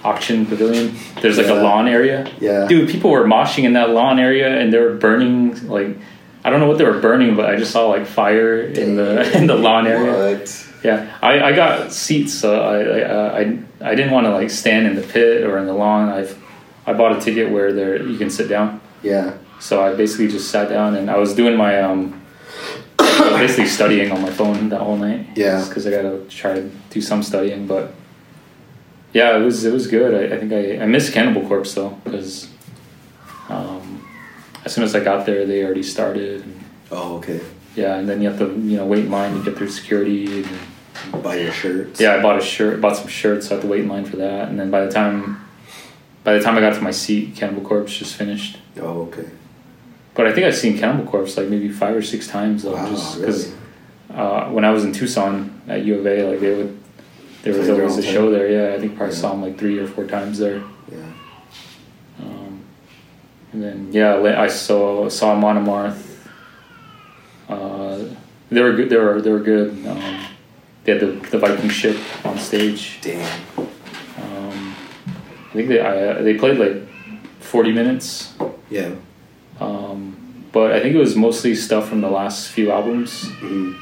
auction pavilion, there's like a
Yeah.
lawn area.
yeah,
Dude, people were moshing in that lawn area, and they were burning like I don't know what they were burning, but I just saw like fire in the in the lawn area.
What?
Yeah, I, I got seats, so I I, I, I didn't want to like stand in the pit or in the lawn. I've I bought a ticket where there you can sit down,
Yeah.
so I basically just sat down and I was doing my um I was basically studying on my phone that whole night.
Yeah.
because I gotta try to do some studying, but yeah, it was it was good. I, I think I I missed Cannibal Corpse though because um, as soon as I got there, they already started. And,
Oh, okay.
yeah, and then you have to you know wait in line to get through security. And,
Buy your shirts.
yeah, I bought a shirt, bought some shirts. So I had to wait in line for that, and then by the time, by the time I got to my seat, Cannibal Corpse just finished.
Oh, okay.
But I think I've seen Cannibal Corpse like maybe five or six times though,
Wow,
Oh, just
really?
because uh, when I was in Tucson at U of A, like they would, there
Play
was
their
always
own
a
thing.
show there. Yeah, I think probably
Yeah.
saw them like three or four times there.
Yeah.
Um, and then yeah, la- I saw saw Monomarth. Uh, they were good. They were they were good. Um, they had the, the Viking ship on stage.
Damn.
Um, I think they I, they played like forty minutes,
Yeah.
um, but I think it was mostly stuff from the last few albums.
Mhm.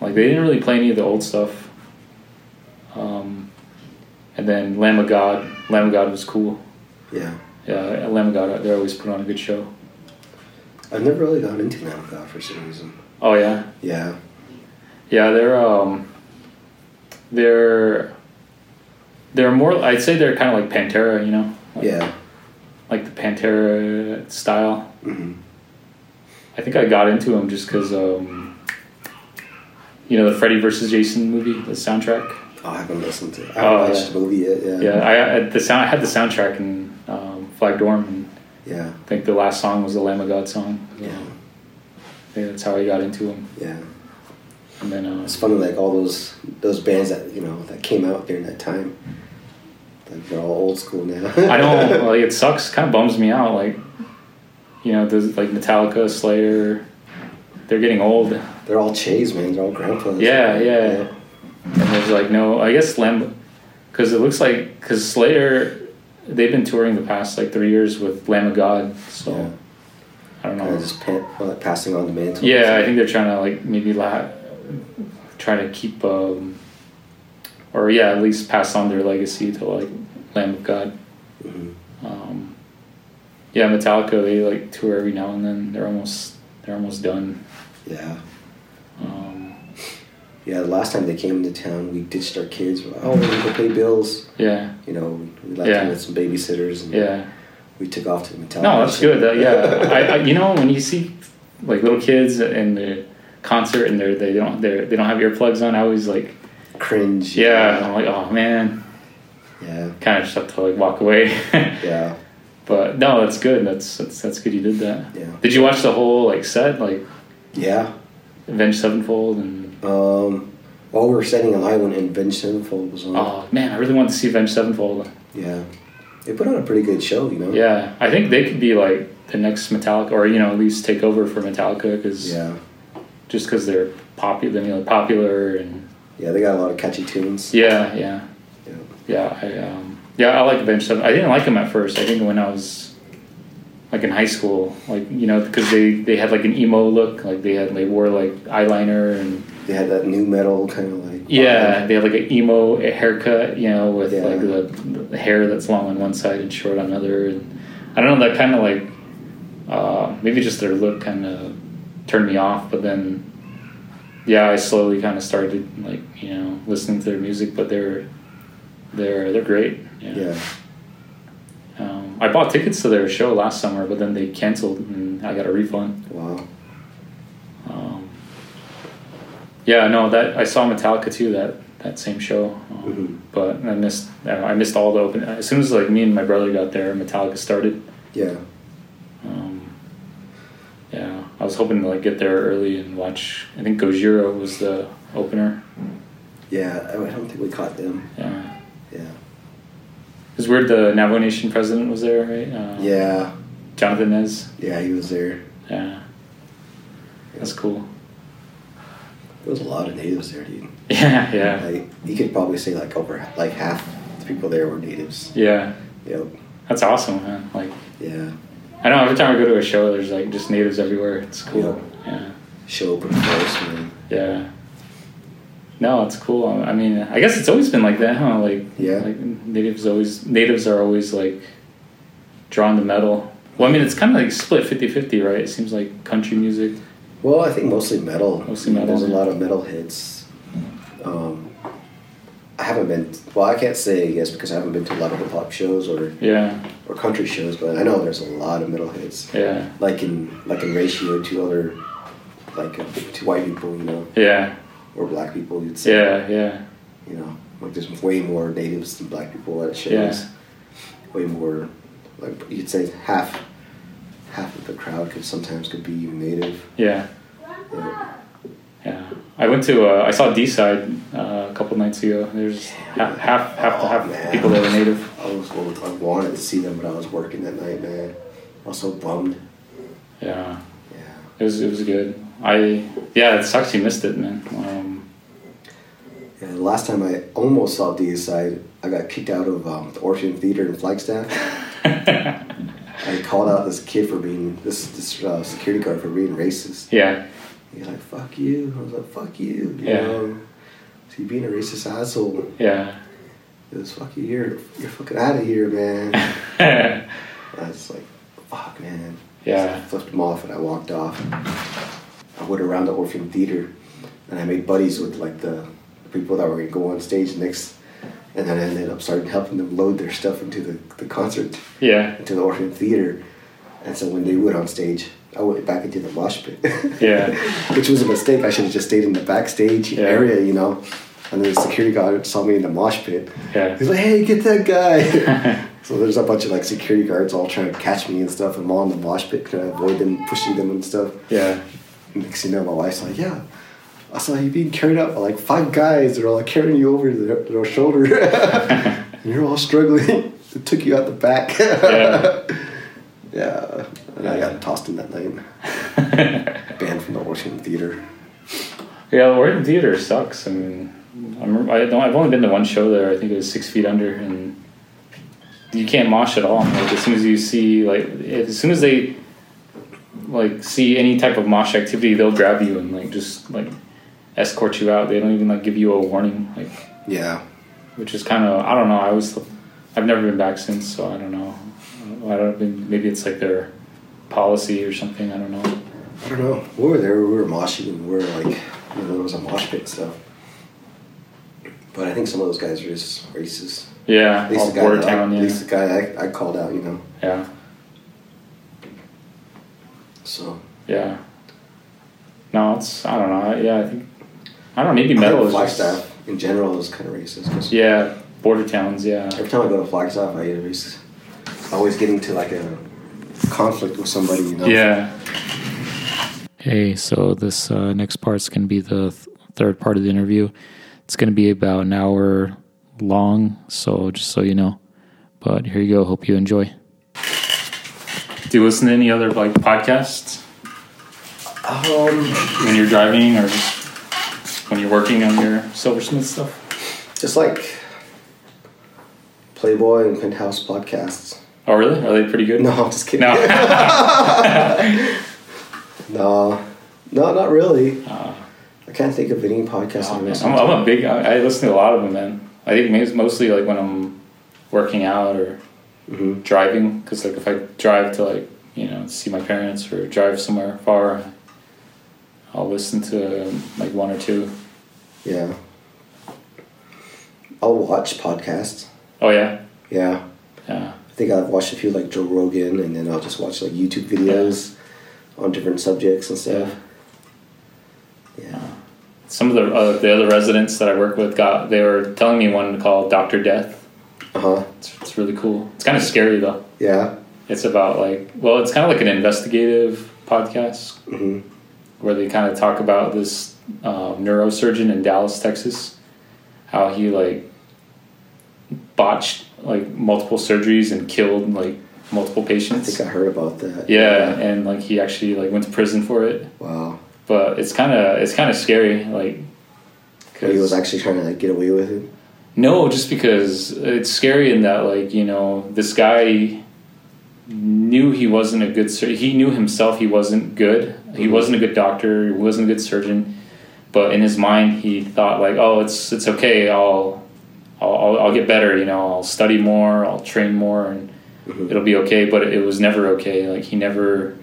Like they didn't really play any of the old stuff. Um, and then Lamb of God, Lamb of God was cool.
Yeah.
Yeah, Lamb of God, they always put on a good show.
I've never really gone into Lamb of God for some reason.
Oh yeah,
Yeah.
yeah, they're um, they're they're more. I'd say they're kind of like Pantera, you know, like,
Yeah.
like the Pantera style.
hmm
I think I got into him just because, um, you know, the Freddy versus Jason movie, the soundtrack.
I haven't listened to. I haven't
Oh,
watched
yeah.
the movie yet. Yeah.
Yeah, I, I the sound. I had the soundtrack in um, Flag Dorm, and
Yeah.
I think the last song was the Lamb of God song.
Yeah.
Yeah, that's how I got into him.
Yeah.
And then, uh,
It's funny, like all those those bands that you know that came out during that time. Like they're all old school now.
I don't like. It sucks. Kind of bums me out. Like, you know, those like Metallica, Slayer, they're getting old, and
they're all Che's, man. They're all grandpas.
Yeah, yeah. there's like no. I guess Lamb, because it looks like because Slayer, they've been touring the past like three years with Lamb of God, so.
Yeah.
I don't
Kind
know.
of just pa- well, like passing on the mantle.
Yeah, I think they're trying to like maybe la- try to keep, um, or yeah, at least pass on their legacy to like Lamb of God.
Mhm.
Um, yeah, Metallica they like tour every now and then. They're almost they're almost done.
Yeah.
Um,
Yeah. The last time they came into town, we ditched our kids. We're like, oh, we're gonna go pay bills.
yeah,
You know, we- we left
Yeah.
them with some babysitters, and
yeah.
we took off to Metallica.
No, that's good. That, yeah, I, I you know when you see like little kids in the concert and they're they don't they're, they don't have earplugs on. I always like
Cringe.
yeah. I'm like oh man,
Yeah.
kind of just have to like walk away.
Yeah.
But no, that's good. That's that's that's good. You did that.
Yeah.
Did you watch the whole like set, like
Yeah.
Avenged Sevenfold, and
Um, while we were setting a live when Invention Sevenfold was on.
oh man, I really wanted to see Avenged Sevenfold.
Yeah. They put on a pretty good show, you know?
Yeah, I think they could be like the next Metallica, or you know, at least take over for Metallica, because
Yeah.
just because they're popular, you know, popular, and
Yeah, they got a lot of catchy tunes.
yeah, yeah,
Yeah.
yeah. I um, yeah, I like Avenged Sevenfold. I didn't like them at first. I think when I was like in high school, like you know, because they they had like an emo look, like they had they wore like eyeliner and.
They had that new metal kind of like.
Yeah, they have like an emo haircut, you know, with
Yeah.
like the, the hair that's long on one side and short on another. And I don't know, that kind of like uh, maybe just their look kind of turned me off. But then, yeah, I slowly kind of started like you know listening to their music, but they're they're they're great.
vibe. Yeah.
Um, I bought tickets to their show last summer, but then they canceled and I got a refund.
Wow.
Um, yeah, no, that I saw Metallica too that that same show, um,
Mhm.
but I missed uh, I missed all the open. As soon as like me and my brother got there, Metallica started.
Yeah.
Um, yeah, I was hoping to like get there early and watch. I think Gojira was the opener.
Yeah. I I don't think we caught them.
Yeah,
Yeah.
it's weird. The Navajo Nation president was there, right? Uh,
Yeah.
Jonathan Nez.
Yeah, he was there.
Yeah, that's cool.
There was a lot of natives there, dude.
Yeah, yeah,
Like, you could probably say like over like half the people there were natives.
yeah.
Yep.
That's awesome, man. Like,
Yeah.
I know every time I go to a show, there's like just natives everywhere. It's cool.
Yep.
Yeah.
show open first, man.
Yeah. No, it's cool. I mean, I guess it's always been like that, huh? Like,
Yeah.
like natives always natives are always like drawn to metal. Well, I mean, it's kind of like split 50-50, right? It seems like country music.
Well, I think mostly metal.
Mostly metal,
There's a
yeah.
lot of metal hits. Um, I haven't been. Well, I can't say I guess because I haven't been to a lot of hip hop shows or,
Yeah,
or country shows, but I know there's a lot of metal hits.
yeah,
Like in like in ratio to other, like uh, to white people, you know,
yeah,
or black people. You'd say,
yeah, yeah,
You know, like there's way more natives than black people at shows.
Yeah.
Way more, like you'd say half, half of the crowd could sometimes could be native.
yeah,
you know.
yeah. I went to uh, I saw D side uh, a couple nights ago. There's half half half to
Oh,
half
man.
people that are native.
I was well, I wanted to see them, but I was working that night, man. I was so bummed.
Yeah.
Yeah.
It was it was good. I yeah, it sucks you missed it, man. Um,
Yeah, the last time I almost saw Deicide, I got kicked out of um, the Orpheum Theater in Flagstaff. I called out this kid for being this this uh, security guard for being racist.
yeah,
He's like, "Fuck you!" I was like, "Fuck you!" You
Yeah.
know, so you being a racist asshole.
yeah,
It was fuck you. You're you're fucking out of here, man. and
yeah,
I was like, "Fuck, man."
yeah,
flipped him off and I walked off. I went around the Orpheum Theater and I made buddies with like the people that were gonna go on stage next and then I ended up starting helping them load their stuff into the, the concert,
yeah,
into the Orpheum Theater. And so when they went on stage, I went back into the mosh pit.
yeah,
Which was a mistake. I should have just stayed in the backstage
Yeah.
area, you know. And then the security guard saw me in the mosh pit.
yeah,
He's like, hey, get that guy. so there's a bunch of like security guards all trying to catch me and stuff. I'm all in the mosh pit trying to avoid them, pushing them and stuff.
yeah,
Next thing you know, my wife's like, yeah, I saw you being carried out by like five guys. They're all like, carrying you over their, their shoulder. and you're all struggling. It took you out the back.
yeah.
yeah. And I got tossed in that night. Banned from the Washington Theater.
Yeah, the Orton Theater sucks. I mean, I remember, I don't, I've only been to one show there. I think it was Six Feet Under, and you can't mosh at all. Like, as soon as you see, like, if- as soon as they like see any type of mosh activity, they'll grab you and like just like escort you out. They don't even like give you a warning, like,
Yeah.
which is kind of I don't know. I was, I've never been back since, so I don't know. I don't think maybe it's like their policy or something. I don't know.
I don't know. We were there. We were moshing, and we were like, you know, there was a mosh pit and stuff. But I think some of those guys are just racist.
Yeah,
At least
all
the guy,
border
that I,
town.
at least
Yeah,
the guy I, I called out, you know.
yeah,
So
yeah. No, it's I don't know. I- Yeah, I think I don't know. Maybe
I
metal
think
is just-
Flagstaff in general is kind of racist. 'cause
yeah, border towns. Yeah,
Every time I go to Flagstaff, I get racist. I always get into like a conflict with somebody, you know.
yeah,
Hey, so this uh, next part's going to be the th- third part of the interview. It's going to be about an hour long, so just so you know. But here you go. Hope you enjoy.
Do you listen to any other like podcasts
Um,
when you're driving or when you're working on your silversmith stuff?
just like Playboy and Penthouse podcasts.
Oh, really? Are they pretty good?
No, I'm just kidding.
No.
No, no, not really.
Uh.
I can't think of any podcast.
Oh,
I've
man.
listened
I'm,
to.
I'm a big. I, I listen to a lot of them, man. I think it's mostly like when I'm working out or
Mm-hmm.
driving. 'Cause driving, because like if I drive to like you know see my parents or drive somewhere far, I'll listen to um, like one or two.
Yeah, I'll watch podcasts.
Oh yeah,
Yeah,
yeah,
I think I've watched a few like Joe Rogan, and then I'll just watch like YouTube videos on different subjects and stuff. Yeah,
Some of the uh, the other residents that I work with got they were telling me one called Doctor Death.
uh huh.
It's, it's really cool. It's kind of scary though.
Yeah,
It's about like well, it's kind of like an investigative podcast
hmm
where they kind of talk about this um, neurosurgeon in Dallas, Texas, how he like botched like multiple surgeries and killed like multiple
I
patients.
think I heard about that.
yeah, and like he actually like went to prison for it.
Wow.
But it's kind of it's kind of scary, like.
He was
'cause-
actually trying to like, get away with it.
no, just because it's scary in that, like, you know, this guy knew he wasn't a good sur- he knew himself he wasn't good he
Mhm.
wasn't a good doctor he wasn't a good surgeon but in his mind he thought like oh it's it's okay I'll I'll, I'll, I'll get better you know I'll study more I'll train more and
Mhm.
it'll be okay but it was never okay like he never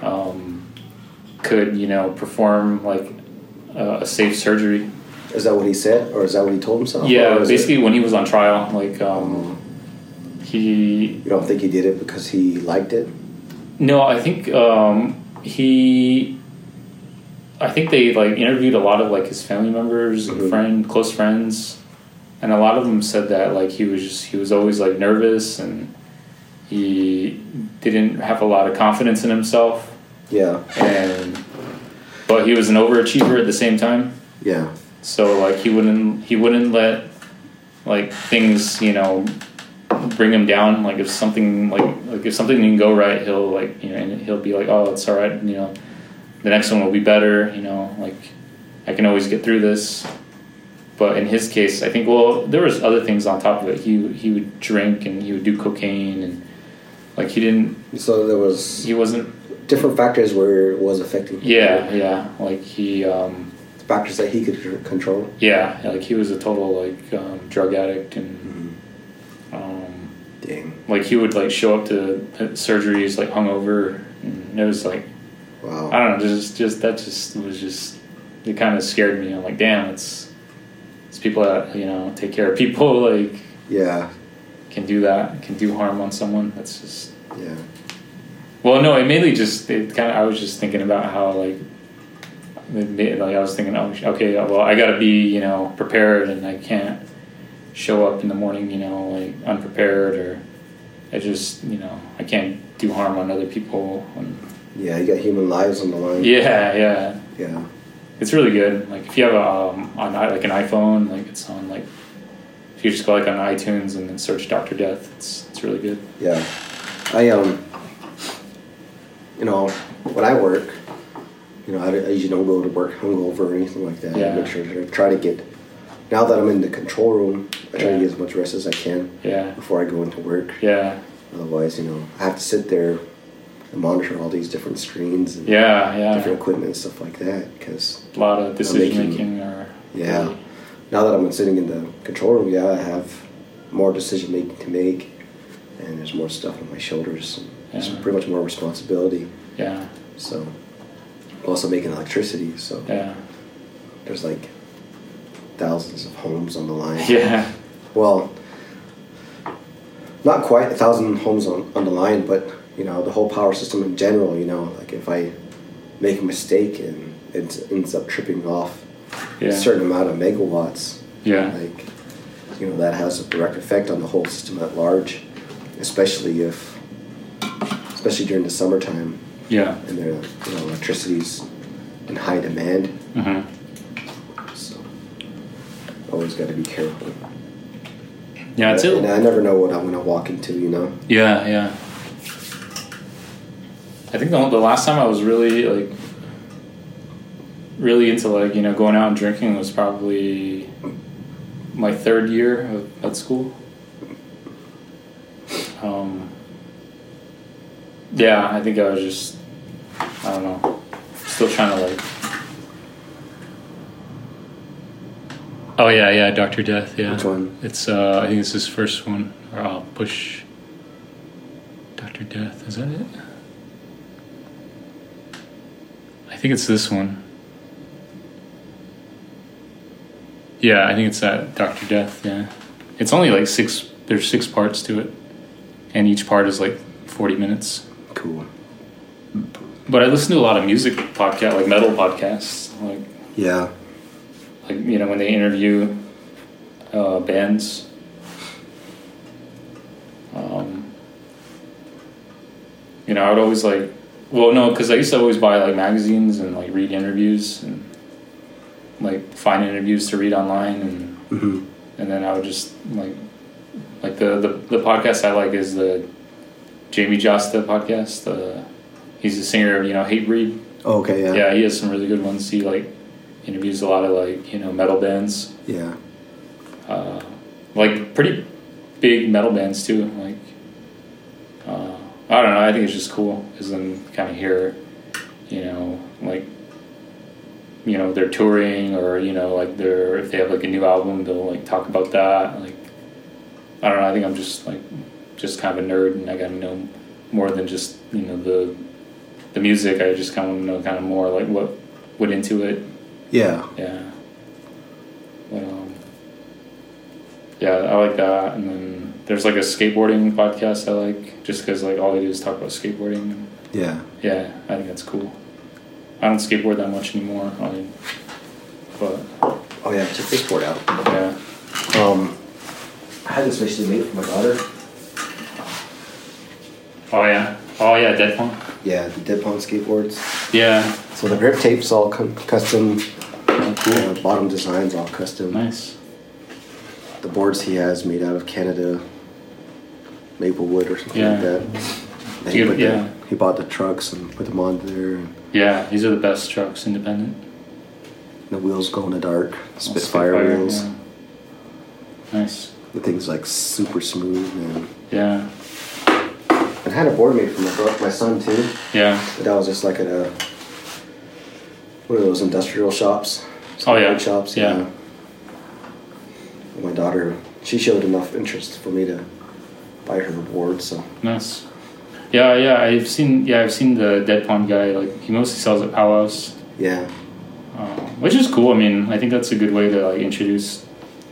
um, could you know perform like a, a safe surgery
Is that what he said, or is that what he told himself?
yeah
Or is it-
basically when he was on trial like um,
Um,
he
you don't think he did it because he liked it?
No, I think um, he. I think they like interviewed a lot of like his family members and
Mhm.
friend, close friends, and a lot of them said that like he was just he was always like nervous and he didn't have a lot of confidence in himself
Yeah,
and but he was an overachiever at the same time
yeah,
so like he wouldn't he wouldn't let like things you know bring him down like if something like like if something didn't go right he'll like you know and he'll be like oh it's all right you know the next one will be better you know like i can always get through this but in his case i think well there was other things on top of it he he would drink and he would do cocaine and like he didn't
So there was
he wasn't
different factors where it was affecting. him.
yeah yeah like he um
Factors that he could c- control.
Yeah, like he was a total like um, drug addict, and um,
Dang.
like he would like show up to surgeries like hungover, and it was like I
Wow.
don't know, just just that just was just it kind of scared me. I'm like, damn, it's it's people that you know take care of people like
Yeah.
can do that, can do harm on someone. That's just
Yeah.
well, no, it mainly just it kind of I was just thinking about how like. it ma- Like I was thinking, oh, sh- okay, well, I gotta be, you know, prepared, and I can't show up in the morning, you know, like unprepared, or I just, you know, I can't do harm on other people. And
Yeah. You got human lives on the line.
yeah, yeah,
Yeah.
it's really good. Like if you have um on i- like an iPhone, like it's on like if you just go like on iTunes and then search Doctor Death, it's it's really good.
Yeah. I um. You know, when I work, you know, I, I usually don't go to work hungover or anything like that.
Yeah.
I make sure to try to get. Now that I'm in the control room, I try
Yeah.
to get as much rest as I can
Yeah,
before I go into work.
yeah,
Otherwise, you know, I have to sit there and monitor all these different screens and
yeah, yeah.
different equipment and stuff like that because
A lot of decision
making-
making, or
Yeah. Now that I'm sitting in the control room, yeah, I have more decision making to make, and there's more stuff on my shoulders. And There's
Yeah.
pretty much more responsibility.
yeah,
So, also making electricity. So
yeah,
there's like thousands of homes on the line.
yeah,
Well, not quite a thousand homes on, on the line, but you know the whole power system in general. You know, like if I make a mistake and it ends up tripping off a
yeah,
certain amount of megawatts,
yeah,
like you know that has a direct effect on the whole system at large especially if especially during the summertime
yeah.
and their you know, electricity's in high demand
hmm
so always got to be careful
Yeah, it's
and i never know what i'm going to walk into you know
Yeah, yeah. I think the, the last time I was really like really into like you know going out and drinking was probably my third year of, at school. Um, yeah, I think I was just I don't know, still trying to like. Oh yeah, yeah, Doctor Death. Yeah,
Which one?
It's uh, I think it's his first one. Or I'll push. Doctor Death. Is that it? I think it's this one. Yeah, I think it's that Doctor Death. Yeah, it's only like six. There's six parts to it, and each part is like forty minutes.
cool
But I listen to a lot of music podcast, like metal podcasts, like
yeah
like you know when they interview uh, bands. Um, you know, I would always like, well, no, because I used to always buy like magazines and like read interviews and like find interviews to read online and
mm-hmm.
and then I would just like like the the, the podcast I like is the Jamie Josta podcast. The he's the singer of you know Hatebreed.
oh, okay yeah
Yeah, he has some really good ones. He like interviews a lot of like you know metal bands,
yeah
uh, like pretty big metal bands too. Like uh, I don't know. I think it's just cool because then kind of hear, you know, like, you know, they're touring or you know, like they're if they have like a new album, they'll like talk about that. Like, I don't know. I think I'm just like, just kind of a nerd, and I got to know more than just you know the, the music. I just kind of know kind of more like what went into it.
Yeah.
Yeah. But, um, yeah, I like that. And then there's like a skateboarding podcast I like, just because like all they do is talk about skateboarding.
Yeah.
Yeah, I think that's cool. I don't skateboard that much anymore, I mean, but
Oh yeah, check this board out.
yeah,
Um, I had this recently made for my daughter.
oh yeah, oh yeah, Dead Punk.
Yeah, the Dead Pond skateboards.
Yeah,
So the grip tape's all cu- custom.
Oh, cool,
uh, bottom design's all custom.
nice.
The boards he has made out of Canada maple wood or something like
Yeah.
that. And he,
Dude,
put the-
yeah.
he bought the trucks and put them on there. And
Yeah, these are the best trucks, independent.
the wheels go in the dark. Spitfire, wheels.
yeah. Nice.
The thing's like super smooth. And,
Yeah,
and I had a board made for my, bro- my son too.
yeah.
But that was just like at a one of those industrial shops.
Oh, yeah.
skateboard Shops.
Yeah.
And My daughter, she showed enough interest for me to buy her a board. So
Nice. Yeah, yeah, I've seen. Yeah, I've seen the Dead Pond guy. Like he mostly sells at powwows,
yeah,
uh, which is cool. I mean, I think that's a good way to like introduce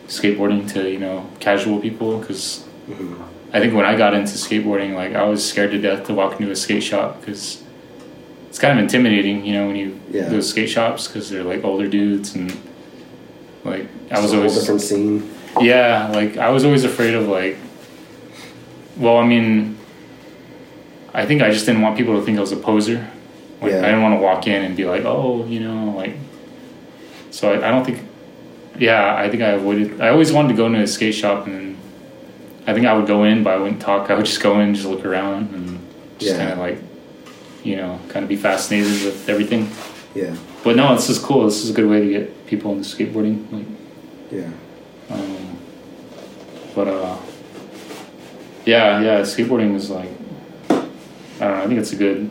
skateboarding to you know casual people because
Mhm.
I think when I got into skateboarding, like I was scared to death to walk into a skate shop because it's kind of intimidating, you know, when you
Yeah.
go to skate shops because they're like older dudes and like I was
It's a whole
always
different scene.
yeah, like I was always afraid of like. Well, I mean, I think I just didn't want people to think I was a poser. Like
Yeah.
I didn't want to walk in and be like, oh, you know, like. So I, I don't think. Yeah, I think I avoided. I always wanted to go into a skate shop, and I think I would go in, but I wouldn't talk. I would just go in, just look around, and just
Yeah.
kind of like, you know, kind of be fascinated with everything.
Yeah,
But no, this is cool. This is a good way to get people into skateboarding. Like,
yeah,
um, but uh, yeah, yeah, skateboarding is like I don't know. I think it's a good.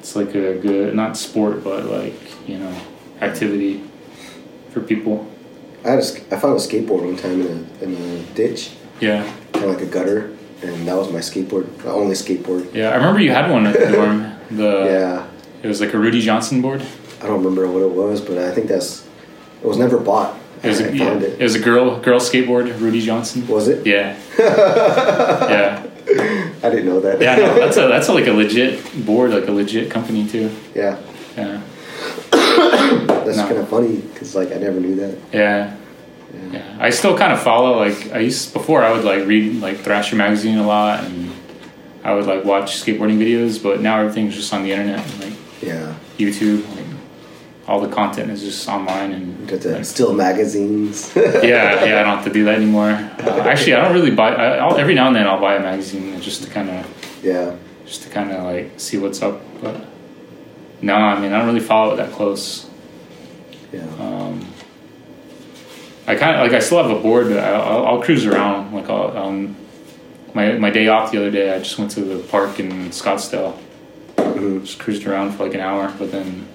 It's like a good not sport, but like you know activity for people.
I had a, sk- I found a skateboard one time in a, in a ditch,
Yeah,
kind of like a gutter, and that was my skateboard, my only skateboard.
yeah. I remember you had one at the dorm. The
yeah,
it was like a Rudy Johnson board.
I don't remember what it was, but I think that's it was never bought.
It was
I
a,
found
it
it.
was a girl girl skateboard. Rudy Johnson.
Was it?
Yeah. yeah.
I didn't know that.
Yeah. No, that's a that's a, like a legit board, like a legit company too.
yeah.
Yeah.
That's
No.
kind of funny because like I never knew that.
Yeah. Yeah. I still kind of follow like I used before I would like read like Thrasher magazine a lot and I would like watch skateboarding videos, but now everything's just on the internet and, like
Yeah,
YouTube. Like, all the content is just online
you
and
got the
like,
still magazines.
yeah, yeah. I don't have to do that anymore. Uh, actually, I don't really buy. I, I'll, every now and then I'll buy a magazine just to kind of
yeah,
just to kind of like see what's up. But no, I mean I don't really follow it that close.
yeah,
Um, I kind of like I still have a board, but I, I'll, I'll cruise around. Like I'll, um, my my day off the other day, I just went to the park in Scottsdale,
Mhm.
just cruised around for like an hour. But then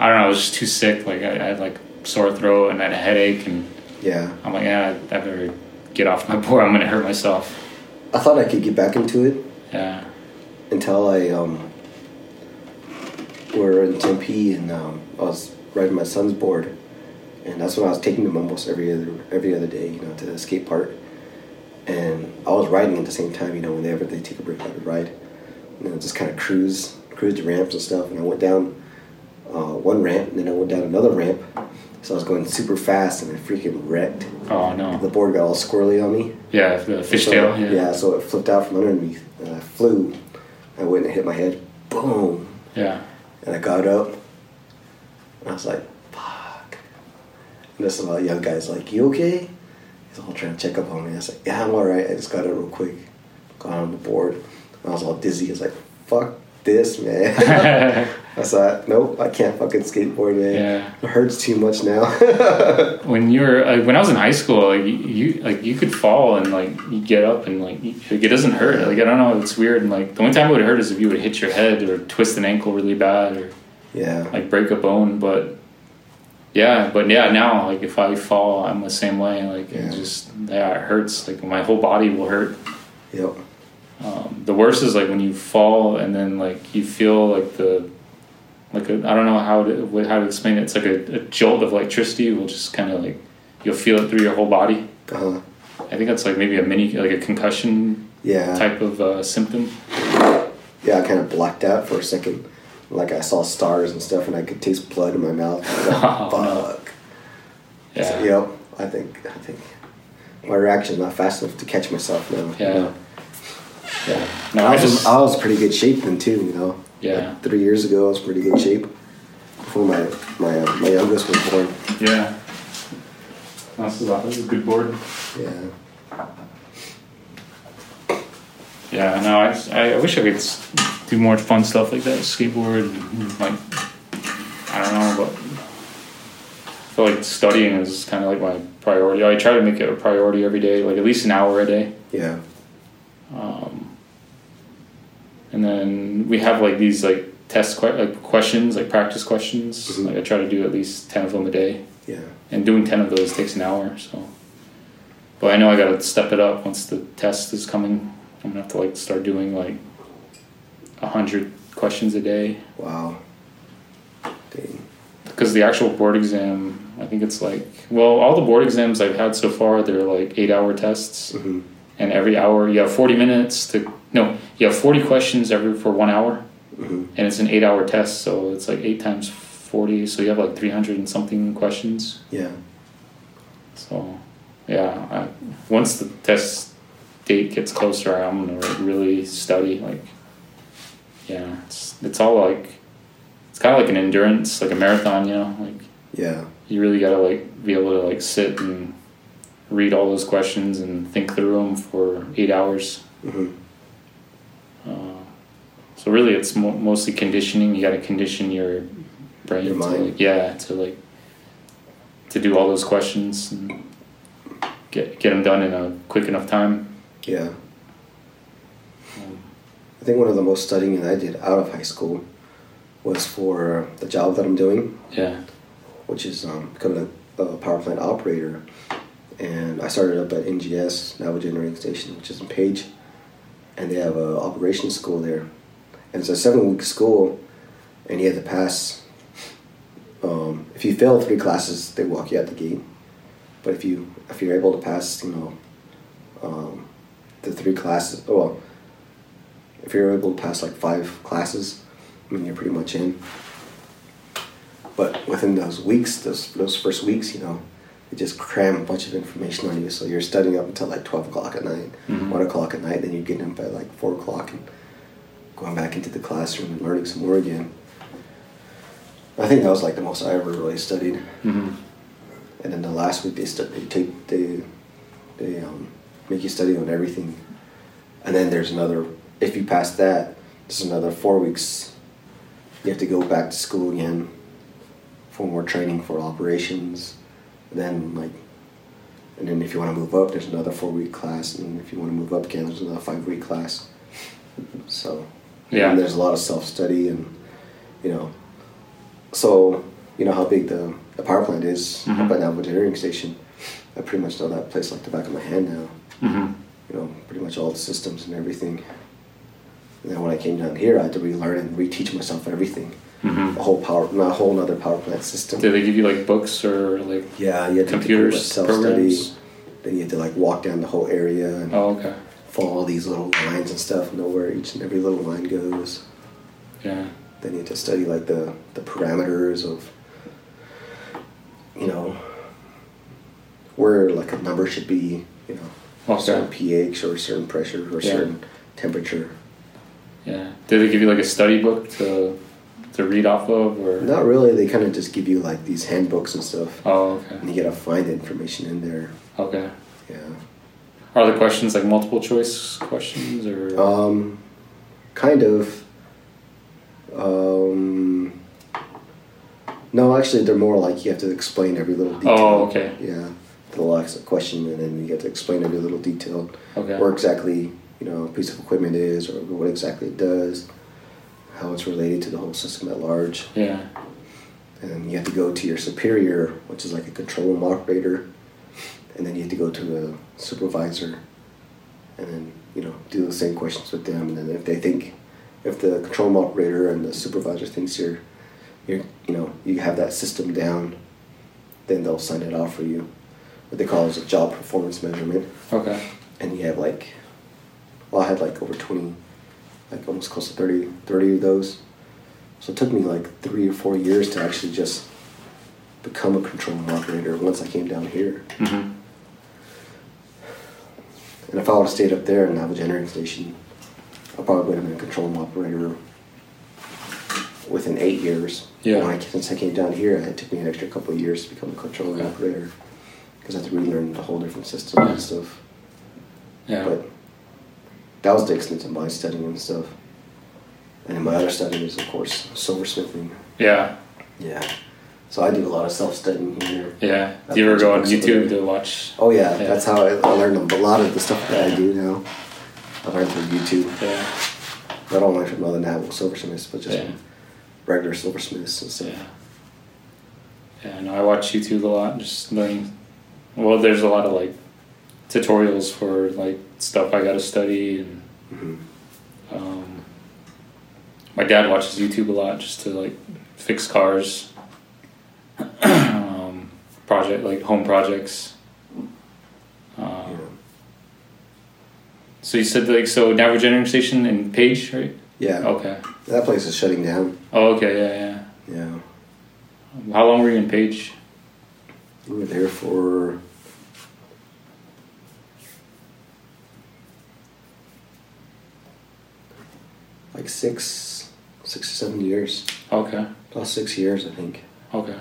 I don't know, I was just too sick. Like I, I had like sore throat and I had a headache, and
yeah.
I'm like, yeah, I I better get off my board. I'm gonna hurt myself.
I thought I could get back into it
Yeah,
until I um, were in Tempe and um, I was riding my son's board, and that's when I was taking him almost every other every other day, you know, to the skate park, and I was riding at the same time, you know, whenever they take a break, I would ride, and then just kind of cruise, cruise the ramps and stuff, and I went down uh, one ramp, and then I went down another ramp, so I was going super fast, and I freaking wrecked.
oh
The
no,
board got all squirrely on me.
yeah, the
So-
fishtail. Yeah, yeah,
so it flipped out from under me. And I flew. I went and hit my head. Boom.
yeah.
And I got up. And I was like, fuck. And this little young guy's like, you okay? He's all trying to check up on me. I was like, yeah, I'm all right. I just got up real quick. Got on the board. And I was all dizzy. I was like, fuck this, man. I thought, nope, I can't fucking skateboard, man.
Yeah.
It hurts too much now.
when you're like when I was in high school, like you like you could fall and like you get up and like, you- like it doesn't hurt. Like I don't know, it's weird. And like the only time it would hurt is if you would hit your head or twist an ankle really bad or
yeah.
like break a bone. But yeah, but yeah, now like if I fall, I'm the same way. Like
Yeah.
it just yeah, it hurts. Like my whole body will hurt.
Yep.
Um, the worst is like when you fall and then like you feel like the like a, I don't know how to wh- how to explain it. It's like a, a jolt of electricity will just kind of like you'll feel it through your whole body.
Uh-huh.
I think that's like maybe a mini like a concussion
Yeah.
type of uh, symptom.
Yeah, I kind of blacked out for a second. Like I saw stars and stuff, and I could taste blood in my mouth. I was like,
Oh,
Fuck.
Yeah.
Yep. I think. I think. My reaction's not fast enough to catch myself now.
Yeah.
You know? Yeah.
No,
I,
I
was,
just-
I was pretty good shape then too. You know.
Yeah.
Like, three years ago, I was pretty good shape. Before my my uh, my youngest was born.
Yeah. This is, a, this is a good board.
Yeah.
Yeah, no, I, just- I I wish I could s- do more fun stuff like that, skateboard, and, like I don't know, but I feel like studying is kind of like my priority. I try to make it a priority every day, like at least an hour a day.
Yeah.
And then we have like these like test que- like questions, like practice questions.
Mhm.
Like I try to do at least ten of them a day,
Yeah.
and doing ten of those takes an hour. So, but I know I gotta step it up once the test is coming. I'm gonna have to like start doing like a hundred questions a day.
Wow. Dang.
because the actual board exam i think it's like well all the board exams i've had so far they're like eight hour tests
Mhm.
and every hour you have 40 minutes to no you have 40 questions every for one hour
Mhm.
and it's an eight hour test so it's like eight times 40 so you have like 300 and something questions
Yeah.
so yeah I, once the test date gets closer i'm gonna like, really study like yeah it's, it's all like it's kind of like an endurance like a marathon you know like
Yeah.
you really gotta like be able to like sit and read all those questions and think through them for eight hours.
Mhm.
Uh, so really, it's mo- mostly conditioning. You gotta condition your brain
Your
to
mind.
like yeah to like to do all those questions and get get them done in a quick enough time.
Yeah.
Um,
I think one of the most studying that I did out of high school was for the job that I'm doing,
yeah. which
which is um, becoming a, a power plant operator. And I started up at NGS, Navajo Generating Station, which is in Page, and they have a operations school there. And it's a seven week school, and you had to pass. Um, if you fail three classes, they walk you out the gate. But if you if you're able to pass, you know, um, the three classes, well, if you're able to pass like five classes, I mean, you're pretty much in. But within those weeks, those those first weeks, you know, they just cram a bunch of information on you. So you're studying up until like twelve o'clock at night,
Mhm.
one o'clock at night. Then you're getting up by like four o'clock and going back into the classroom and learning some more again. I think that was like the most I ever really studied.
hmm
And then the last week they stu- they take they they um, make you study on everything, and then there's another. If you pass that, there's another four weeks. You have to go back to school again for more training for operations. Then like, and then if you want to move up, there's another four week class, and if you want to move up again, there's another five week class. So
Yeah.
and there's a lot of self study and you know so you know how big the, the power plant is
Mhm.
up at Navajo Generating Station. I pretty much know that place like the back of my hand now.
hmm
You know, pretty much all the systems and everything. And then when I came down here, I had to relearn and reteach myself everything.
hmm
A whole power, not a whole another power plant system.
Do they give you like books or like?
yeah, you had to
Computers,
self study.
programs?
Then you had to like walk down the whole area and
Oh, okay.
follow these little lines and stuff, know where each and every little line goes.
Yeah.
they need to study like the, the parameters of you know where like a number should be you know
Okay.
certain ph or certain pressure or
Yeah.
certain temperature
Yeah. Did they give you like a study book to to read off of or?
not really they kind of just give you like these handbooks and stuff
Oh, okay.
and you gotta find the information in there
Okay.
yeah
Are the questions like multiple choice
Uh,
questions or?
um kind of um No, actually, they're more like you have to explain every little detail.
Oh, okay.
Yeah, the last question, and then you have to explain every little detail,
Okay.
where exactly you know a piece of equipment is, or what exactly it does, how it's related to the whole system at large,
Yeah.
and you have to go to your superior, which is like a control room operator, and then you have to go to a supervisor, and then you know do the same questions with them, and then if they think, if the control room operator and the supervisor thinks you're, you're you know you have that system down, then they'll sign it off for you. What they call is a job performance measurement,
Okay.
and you have like, well, I had like over twenty, like almost close to 30, 30 of those. So it took me like three or four years to actually just become a control room operator once I came down here.
hmm
And if I would have stayed up there and have a generating station, I probably would have been a control room operator within eight years.
Yeah.
When I, since I came down here, it took me an extra couple of years to become a control room
Okay.
operator because I had to relearn the whole different system and stuff.
Yeah.
But that was the extent of my studying and stuff. And then my other studying is, of course, silversmithing.
yeah.
Yeah. So I do a lot of self studying here.
Yeah. Do you ever go on YouTube to watch?
Oh yeah,
Yeah.
that's how I, I learned a lot of the stuff that I do now. I learned from YouTube,
Yeah.
not only from other naval silversmiths, but just
Yeah.
regular silversmiths and stuff.
Yeah. Yeah, no, I watch YouTube a lot, just learning. Well, there's a lot of like tutorials for like stuff I gotta study, and
hmm
um, my dad watches YouTube a lot just to like fix cars, um, project like home projects.
Yeah.
Um, so you said like so Naval Generating Station in Page, right?
yeah.
Okay.
That place is shutting down.
Oh, okay. Yeah,
Yeah.
yeah. How long were you in Page?
We were there for like six, six or seven years.
Okay.
About six years, I think.
Okay.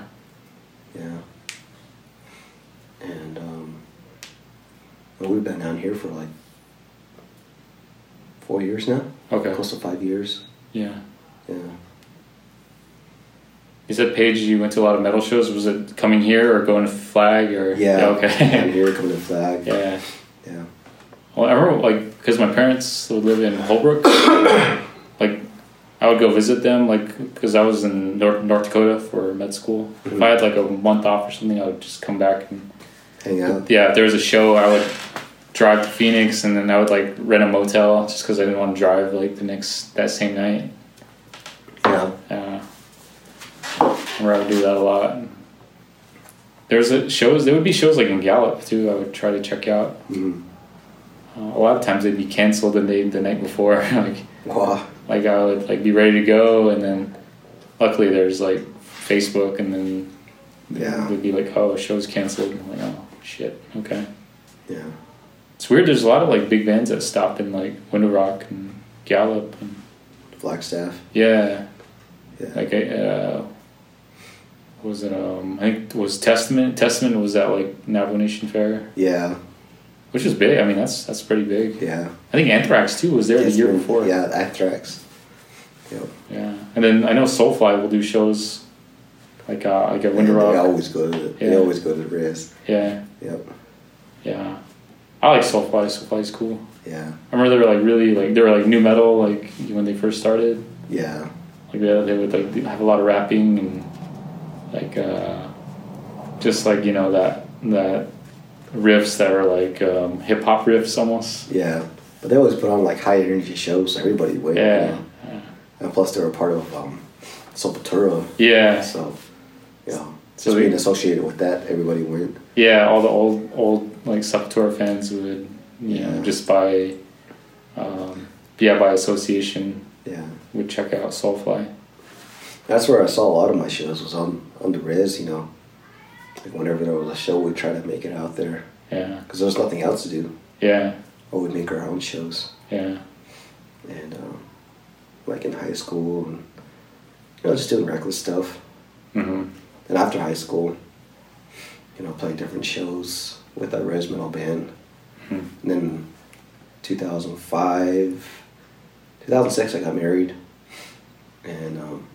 Yeah. And um, well, we've been down here for like four years now,
Okay.
close to five years.
Yeah.
Yeah.
You said Paige, you went to a lot of metal shows. Was it coming here or going to Flag or?
Yeah. down
okay.
here, coming to flag.
yeah.
Yeah.
Well, I remember like because my parents would live in Holbrook. like, I would go visit them like because I was in North, North Dakota for med school. If I had like a month off or something, I would just come back and
Hang out.
yeah. If there was a show, I would drive to Phoenix and then I would like rent a motel just because I didn't want to drive like the next that same night.
Yeah.
Yeah. Uh, Where I would do that a lot. There's a, shows, there would be shows like in Gallup too, I would try to check out.
Mm.
Uh, a lot of times they'd be canceled the day, the night before. like,
Wow.
like I would like be ready to go and then luckily there's like Facebook and then
Yeah.
we'd be like, oh, show's canceled. And I'm like, oh, shit, okay.
Yeah.
It's weird, there's a lot of like big bands that stop in like Window Rock and Gallup. And,
Flagstaff.
yeah.
Yeah.
like uh, what was it um I think it was Testament Testament was that like Navajo Nation Fair
yeah.
which was big I mean that's that's pretty big
Yeah.
I think Anthrax too was there
It's
the year
been-
before
Yeah, Acthrax. Yep.
yeah and then I know Soulfly will do shows like uh like at Winter
And They
Rock
always go to the,
Yeah.
they always go to the res.
yeah
Yep.
yeah I like Soulfly Soulfly's cool
Yeah.
I remember they were like really like they were like new metal like when they first started
Yeah.
like they, they would like have a lot of rapping and like uh, just like you know that that riffs that are like um, hip hop riffs almost.
Yeah. But they always put on like high energy shows, so everybody went.
Yeah,
And plus, they were part of um, Sepultura,
yeah,
so yeah.
So
Just
they-
being associated with that, everybody went.
yeah. All the old old like Sepultura fans would you know
Yeah.
just by um, yeah by association
Yeah,
would check out Soulfly.
that's where I saw a lot of my shows was on on the res. You know, like whenever there was a show, we'd try to make it out there
Yeah,
because there was nothing else to do,
yeah,
or we'd make our own shows.
yeah,
And um, like in high school, and you know, just doing reckless stuff.
hmm
And after high school, you know, played different shows with a res metal band.
Hmm.
And then 2005, 2006, I got married. And um,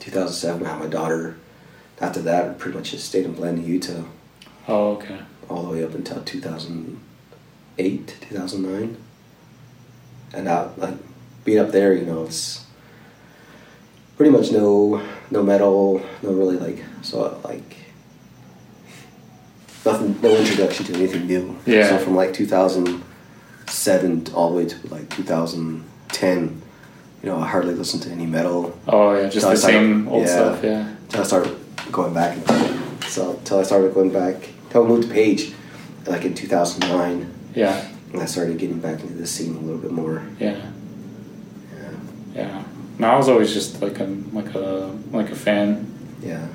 2007, I had my daughter. after that, we pretty much just stayed in Blanding, Utah,
Oh, okay.
all the way up until 2008, 2009. And out, like, being up there, you know, it's pretty much no, no metal, no really like, so like, nothing, no introduction to anything new.
Yeah.
So from like 2007 to- all the way to like 2010, you know, I hardly listened to any metal
Oh, yeah, just
So I
the
started-
same old
yeah.
stuff. Yeah.
till I started going back. So till I started going back, till I moved to Page, like in 2009,
Yeah.
and I started getting back into the scene a little bit more.
Yeah.
Yeah,
Yeah. No, I was always just like a like a like a fan.
yeah.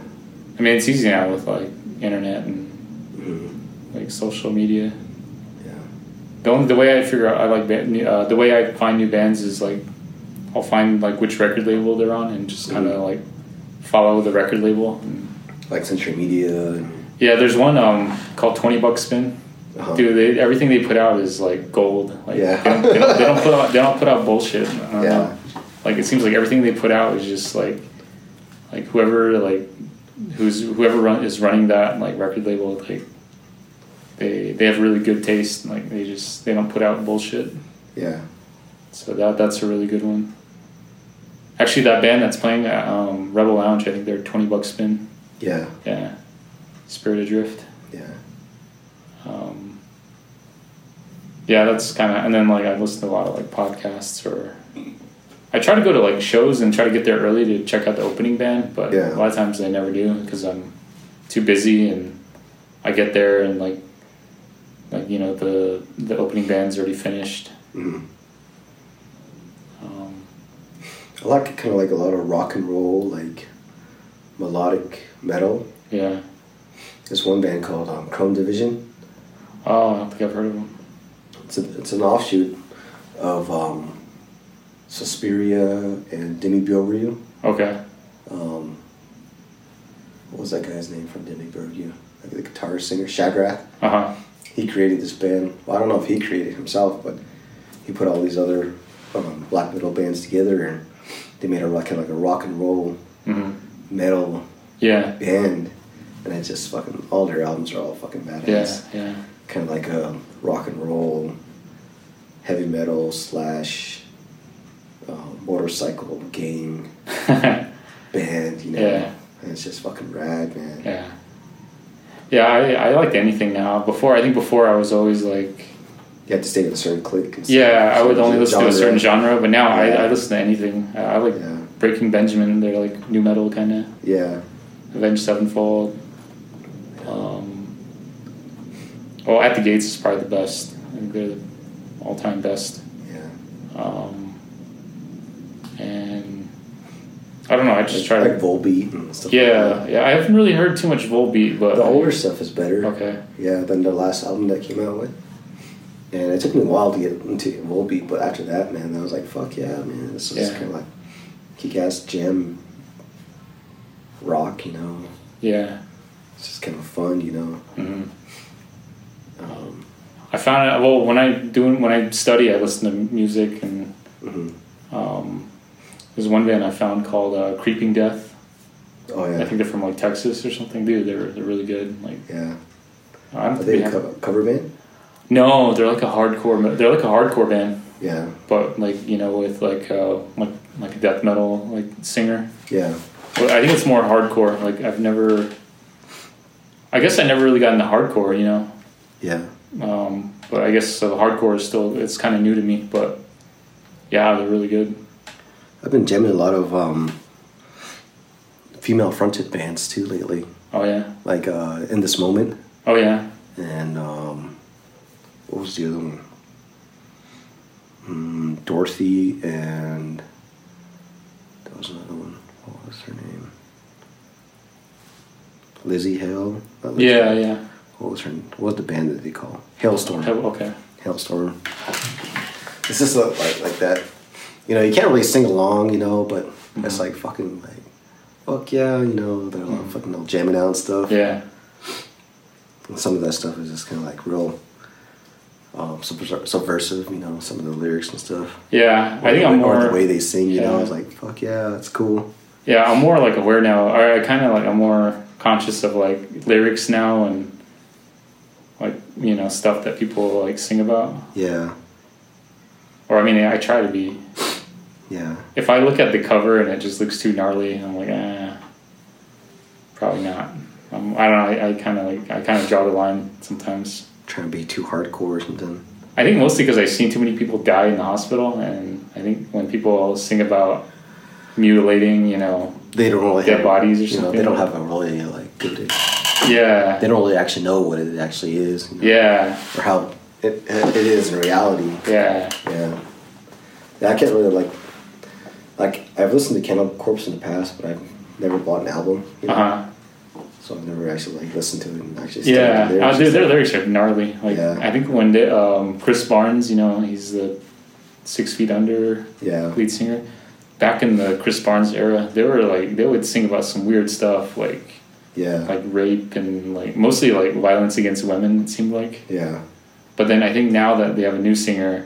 I mean, it's easy now with like internet and
Mhm.
like social media.
yeah.
The only the way I figure out I like ba- new- uh, the way I find new bands is like I'll find like which record label they're on and just kind of
Mhm.
like follow the record label. And,
Like Century Media. And,
yeah, there's one um called Twenty Buck Spin.
uh-huh.
Dude, they, everything they put out is like gold. Like
Yeah.
they, don't, they, don't, they don't put out they don't put out bullshit. I don't
Yeah.
know. Like it seems like everything they put out is just like like whoever like who's whoever run, is running that like record label like they they have really good taste. and, Like they just they don't put out bullshit.
Yeah.
So that that's a really good one. Actually, that band that's playing at um, Rebel Lounge, I think they're twenty bucks spin.
Yeah.
Yeah, Spirit Adrift.
Yeah.
Um, yeah, that's kind of, and then like I listen to a lot of like podcasts or I try to go to like shows and try to get there early to check out the opening band, but
Yeah.
a lot of times I never do because I'm too busy and I get there and like like you know the the opening band's already finished.
Mhm.
Um,
I like kind of like a lot of rock and roll, like melodic metal.
yeah.
There's one band called um, Chrome Division.
Oh, I don't think I've heard of them.
It's a, it's an offshoot of um, Suspiria and Demi Bioryu.
Okay.
um, what was that guy's name from Demi Burgu? Like the guitar singer Shagrath.
Uh huh.
He created this band. Well, I don't know if he created it himself, but he put all these other um, black metal bands together, and they made a rock kind of like a rock and roll
hmm
metal
Yeah.
band. And it's just fucking all their albums are all fucking badass.
Yeah. Yeah.
Kind of like a rock and roll, heavy metal slash uh, motorcycle gang band. You know,
Yeah.
and it's just fucking rad, man.
Yeah. Yeah, I, I liked anything now. Before, I think before I was always like,
You have to stay with a certain clique. And
yeah, I
certain
would only listen to a certain genre, but now
Yeah.
I, I listen to anything. Uh, I, I like
Yeah.
Breaking Benjamin, they're like new metal kind of,
Yeah,
Avenged Sevenfold. Um, well, At the Gates is probably the best. I think they're the all time best.
yeah.
Um, and I don't know, I just
like,
try
like
to.
Volbeat and stuff.
Yeah,
Like
yeah, I haven't really heard too much Volbeat, but.
that. The older stuff is better.
Okay.
Yeah, than the last album that came out with. And it took me a while to get into Volbeat, but after that, man, I was like, fuck yeah, man. This is
Yeah.
kind of like kick-ass jam rock, you know.
Yeah.
It's just kind of fun, you know.
hmm
Um,
Mm-hmm. I found it well when I doing when I study I listen to music and
mhm.
um, there's one band I found called uh, Creeping Death.
Oh
I
yeah,
think they're from like Texas or something. Dude, they're they're really good. Like
yeah.
I don't
Are
think
they
they
a
have,
co- cover band?
no, they're like a hardcore. ma- They're like a hardcore band,
Yeah,
but like you know with like uh, like like a death metal like singer.
yeah,
Well, I think it's more hardcore. Like I've never. I guess I never really got into hardcore, you know.
yeah.
Um, but I guess so. Hardcore is still it's kind of new to me, but yeah, they're really good.
I've been jamming a lot of um, female fronted bands too lately,
Oh yeah.
like uh, In This Moment
Oh yeah.
and um, what was the other one? Mm, Dorothy and that was another one. What was her name? Lizzie Hale. Not Lizzie
Yeah,
Hale.
yeah.
What was her? What was the band that they call? Hailstorm.
Have- Okay.
Hailstorm. It's just a, like like that. You know, you can't really sing along, you know, but it's like fucking like, fuck yeah, you know, they're all fucking all jamming out and stuff.
Mm-hmm. Yeah.
And some of that stuff is just kind of like real um, subver- subversive, you know, some of the lyrics and stuff.
Yeah. I think I'm
Or the
more
way they sing, you know,
yeah.
it's like, fuck yeah, that's cool.
Yeah, I'm more like aware now. Or I kinda like I'm more conscious of like lyrics now and like you know stuff that people like sing about.
Yeah.
Or I mean, I try to be.
Yeah.
If I look at the cover and it just looks too gnarly, I'm like, eh, probably not. Um, I don't know. I, I kind of like I kind of draw the line sometimes.
Trying to be too hardcore or something.
I think mostly because I've seen too many people die in the hospital, and I think when people sing about mutilating, you know,
They don't really
Dead
have,
bodies or
you know,
something.
they don't have a really like good.
yeah,
They don't really actually know what it actually is. you know,
yeah,
Or how it, it is in reality.
yeah,
Yeah. Yeah, I can't really like like I've listened to Cannibal Corpse in the past, but I've never bought an album. You know?
uh huh.
So I've never actually like listened to it and actually studied
Yeah,
the lyrics
oh, dude,
and
their
stuff.
lyrics are gnarly. Like,
Yeah.
I think when they, um, Chris Barnes, you know, he's the Six Feet Under
Yeah.
lead singer. Back in the Chris Barnes era, they were like they would sing about some weird stuff, like
Yeah.
like rape and like mostly like violence against women. It seemed like,
yeah.
but then I think now that they have a new singer,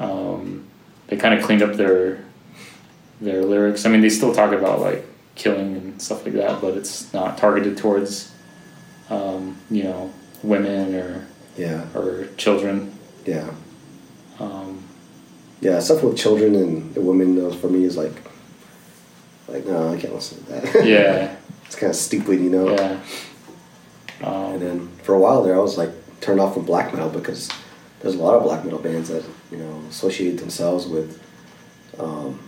um, they kind of cleaned up their their lyrics. I mean, they still talk about like killing and stuff like that, but it's not targeted towards um, you know women or
Yeah.
or children.
Yeah.
Um,
Yeah. Stuff with children and the women those for me is like like no, I can't listen to that.
yeah,
it's kinda stupid, you know.
yeah.
And
Um,
then for a while there I was like turned off from black metal because there's a lot of black metal bands that, you know, associate themselves with um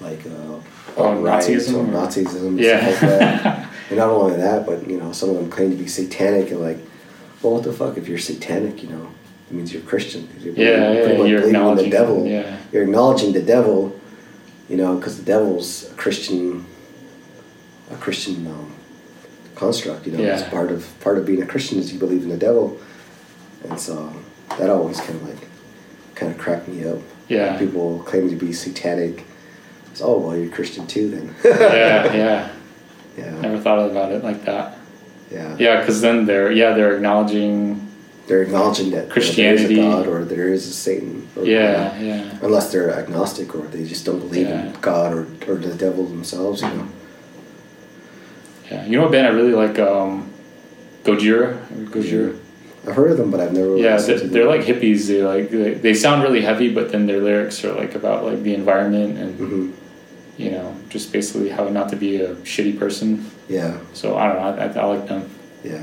like uh
Oh,
alt-right
Nazism
or
or-
Nazism and stuff like that.
yeah,
And not only that, but you know, some of them claim to be satanic and like, well, what the fuck? If you're satanic, you know, it means you're Christian. 'cause You're
yeah,
pretty
yeah.
much
You're
believing in
acknowledging
the devil.
Yeah,
You're acknowledging the devil, you know, because the devil's a Christian, a Christian um, construct. You know,
Yeah.
it's part of part of being a Christian is you believe in the devil, and so that always kind of like, kind of cracked me up.
Yeah.
people claim to be satanic. It's oh well, you're Christian too then.
yeah, yeah.
yeah,
Never thought about it like that.
yeah.
Yeah, because then they're yeah they're acknowledging
they're acknowledging that
Christianity.
there is a God or there is a Satan. Or,
yeah yeah.
Unless they're agnostic or they just don't believe
Yeah.
in God or, or the devil themselves, you know.
Yeah, you know what band I really like? Um, Gojira. Gojira.
I've heard of them, but I've never.
Yeah,
listened
they're,
to
they're
them.
like hippies. They like they, they sound really heavy, but then their lyrics are like about like the environment and
Mhm.
you know just basically how not to be a shitty person.
Yeah,
So I don't know. I, I, I like them.
yeah,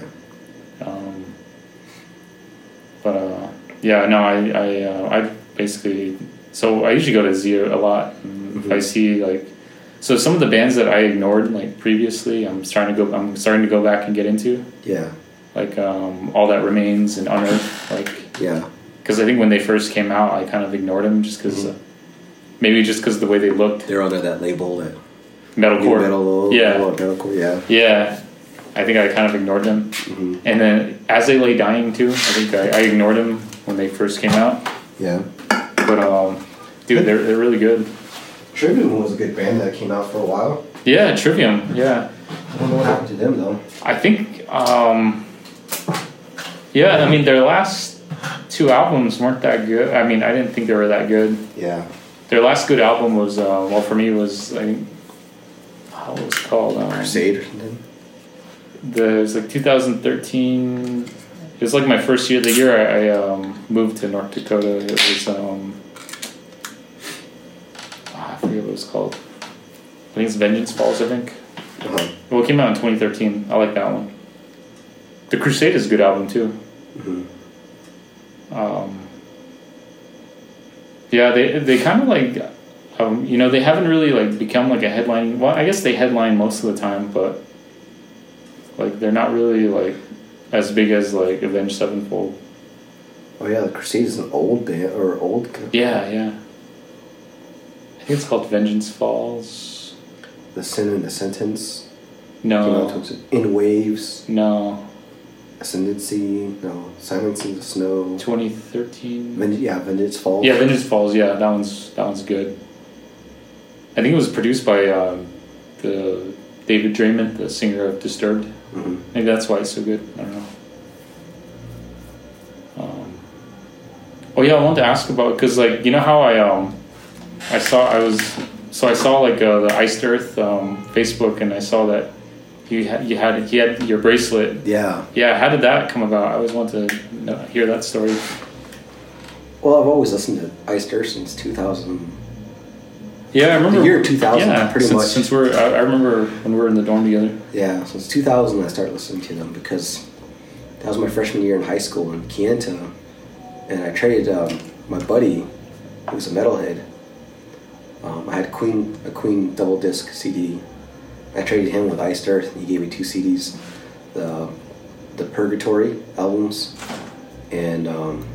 Um, but uh, yeah, no, I I uh, I basically so I usually go to Z a lot. and If I
Mhm.
see like so some of the bands that I ignored like previously, I'm starting to go. I'm starting to go back and get into.
yeah,
like um, all that remains and unearth like
yeah,
because i think when they first came out i kind of ignored them just because
Mm-hmm.
uh, maybe just because the way they looked
They're under that label that new
metalcore
metal, low,
yeah
low metalcore, yeah,
yeah i think i kind of ignored them
Mhm.
and then as they lay dying too i think I, I ignored them when they first came out
yeah.
but um dude they're, they're really good
Trivium was a good band that came out for a while.
yeah trivium yeah
I don't know what happened to them though.
I think, um, yeah, I mean, their last two albums weren't that good. I mean, I didn't think they were that good.
Yeah,
Their last good album was, uh, well, for me, was, I think, how was it called? Um,
Crusade or something.
The, it was like 2013. It was like my first year. The year I, I um, moved to North Dakota, it was, um, ah, I forget what it was called. I think it's Vengeance Falls, I think.
Uh-huh.
Well, it came out in 2013. I like that one. The Crusade is a good album too.
hmm
Um, yeah, they they kind of like, um, you know, they haven't really like become like a headline. Well, I guess they headline most of the time, but like they're not really like as big as like Avenged Sevenfold.
Oh yeah, the Crusade is an old band or old.
Yeah, yeah. I think it's called Vengeance Falls.
The Sin and the Sentence. Came out
No,
towards it. In Waves,
no,
Ascendancy, no, Silence in the Snow.
2013.
Venge- yeah, Vengeance Falls.
Yeah, Vengeance Falls. Yeah, that one's that one's good. I think it was produced by um, the David Draymond, the singer of Disturbed.
Mhm.
Maybe that's why it's so good. I don't know. Um, oh yeah, I wanted to ask about because like you know how I um I saw I was so I saw like uh, the Iced Earth um, Facebook and I saw that You had, you had he had your bracelet.
Yeah.
Yeah, how did that come about? I always want to know, hear that story.
Well, I've always listened to Ice Dirt since 2000.
Yeah, I remember
The year 2000,
Yeah,
pretty
since,
much.
Since we're, I, I remember when we were in the dorm together.
Yeah, since 2000 I started listening to them because that was my freshman year in high school in Kianta, and I traded um, my buddy, who was a metalhead. Um, I had Queen a Queen double disc CD. I traded him with Iced Earth, and he gave me two CDs, the the Purgatory albums, and um,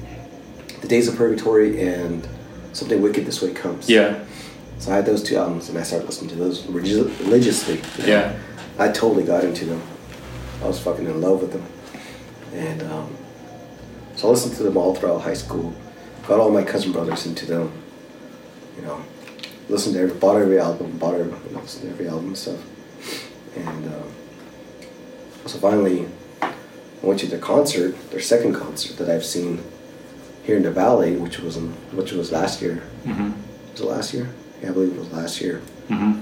the Days of Purgatory, and Something Wicked This Way Comes.
Yeah,
So I had those two albums, and I started listening to those religi- religiously.
yeah,
I totally got into them. I was fucking in love with them. And um, so I listened to them all throughout high school. Got all my cousin brothers into them. You know, listened to every, bought every album, bought every, listened to every album and stuff. And um, so finally, I went to their concert, their second concert that I've seen here in the valley, which was in, which was last year.
hmm
Was it last year? Yeah, I believe it was last year.
hmm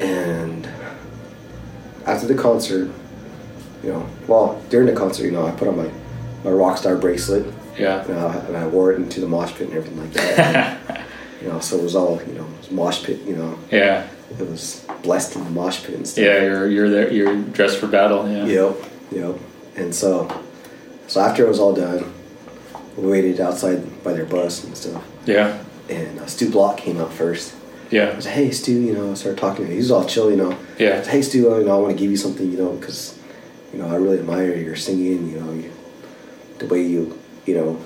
And after the concert, you know, well, during the concert, you know, I put on my, my rock star bracelet
yeah.
and I, and I wore it into the mosh pit and everything like that. you know, so it was all, you know, it was mosh pit, you know,
yeah,
it was blessed in the mosh pit and stuff.
yeah. You're you're there. You're dressed for battle. Yeah,
Yep, yep. And so, so after it was all done, we waited outside by their bus and stuff.
yeah,
And uh, Stu Block came out first. I
yeah,
was like, hey, Stu, you know, I started talking to him. He was all chill, you know.
yeah.
hey Stu, you know, I want to give you something, you know, because you know I really admire your singing, you know, you, the way you, you know,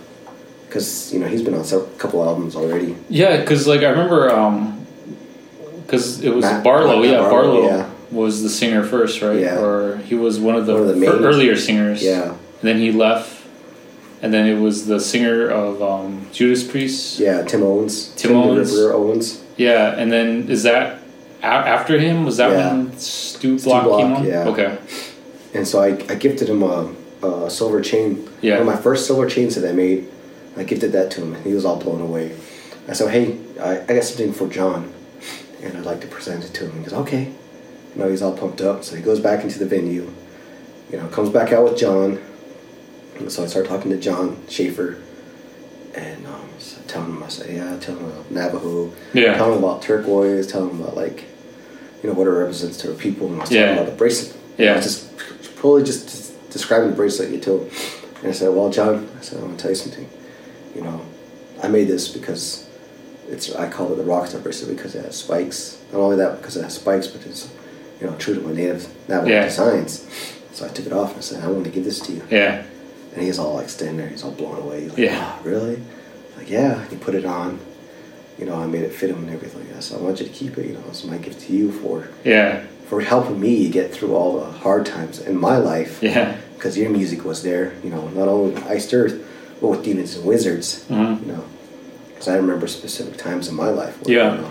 because you know he's been on a couple albums already.
Yeah, because like I remember, um 'cause because it was
Matt-
Barlow.
Matt
yeah, Barlow,
Barlow, yeah.
was the singer first, right?
Yeah.
Or he was one of the,
One of the
fir-
main-
earlier singers.
Yeah.
And then he left, and then it was the singer of um, Judas Priest.
Yeah, Tim Owens,
Tim
the
Owens.
Ripper Owens.
Yeah, and then is that a- after him? Was that
Yeah.
when Stu Block, came
Block,
on?
yeah.
Okay.
And so I, I gifted him a, a silver chain.
Yeah.
One of my first silver chains that I made, I gifted that to him, and he was all blown away. I said, hey, I, I got something for John, and I'd like to present it to him. He goes, okay. You know, he's all pumped up, so he goes back into the venue. You know, comes back out with John. And so I start talking to John Schaefer, and um, so I tell him, I say, yeah, tell him about Navajo,
Yeah.
tell him about turquoise, tell him about like, you know, what it represents to our people, and I was
Yeah.
talking about the bracelet.
Yeah.
I was just probably just des- describing the bracelet you told. And I said, Well, John, I said, I want to tell you something. You know, I made this because it's I call it the rockstar bracelet because it has spikes. Not only that because it has spikes, but it's you know true to my native Navajo
Yeah.
designs. So I took it off and I said, I want to give this to you.
Yeah.
And he's all like standing there, he's all blown away. He's like,
Yeah.
"Wow, really? Like, yeah. He put it on. You know, I made it fit him and everything. I said, I want you to keep it. You know, it's my gift to you for
Yeah.
for helping me get through all the hard times in my life.
Yeah.
Because your music was there, you know, not only with Iced Earth, but with Demons and Wizards,
Mhm.
you know. Because I remember specific times in my life where,
Yeah.
you know,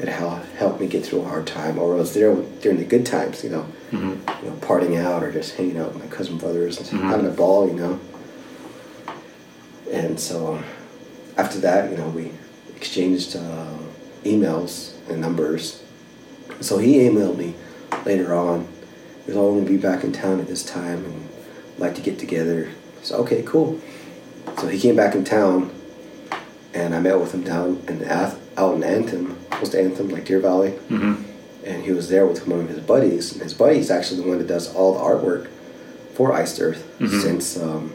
it hel- helped me get through a hard time, or I was there during the good times, you know, you know, partying out or just hanging out with my cousin brothers and having a ball, you know. And so um, after that, you know, we exchanged uh, emails and numbers. So he emailed me later on. He's all going to be back in town at this time and like to get together. So okay, cool. So he came back in town, and I met with him down in Ath- out in Anthem, close to Anthem, like Deer Valley.
hmm
And he was there with one of his buddies, and his buddy's actually the one that does all the artwork for Iced Earth
Mhm.
since um,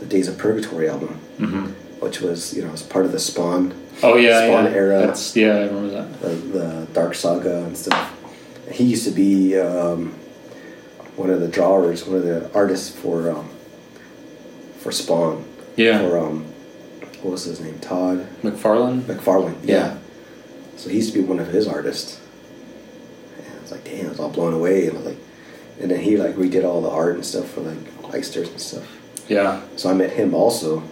the Days of Purgatory album,
hmm
which was you know it's part of the Spawn
Oh yeah.
Spawn
yeah.
era.
That's, yeah, I remember that.
the, the Dark Saga and stuff. He used to be um, one of the drawers, one of the artists for um, for Spawn.
Yeah.
For um, what was his name? Todd
McFarlane.
McFarlane.
Yeah.
So he used to be one of his artists. And I was like, damn, I was all blown away, and I was like, and then he like redid all the art and stuff for like Eisters and stuff.
Yeah.
So I met him also,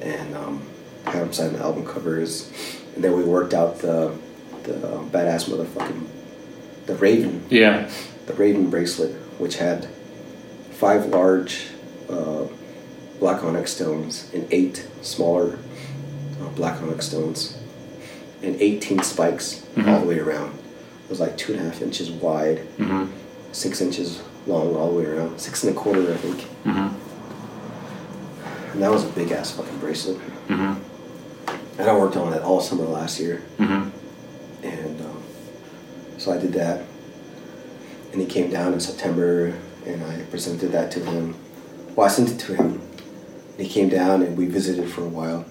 and um, had him sign the album covers, and then we worked out the the um, badass motherfucking the Raven
Yeah.
the Raven bracelet, which had five large uh, black onyx stones and eight smaller uh, black onyx stones, and eighteen spikes all the way around, was like two and a half inches wide,
hmm
six inches long all the way around, six and a quarter, I think.
hmm
And that was a big ass fucking bracelet.
hmm
And I worked on it all summer last year.
hmm
And um, so I did that. And he came down in September and I presented that to him. Well, I sent it to him. And he came down and we visited for a while.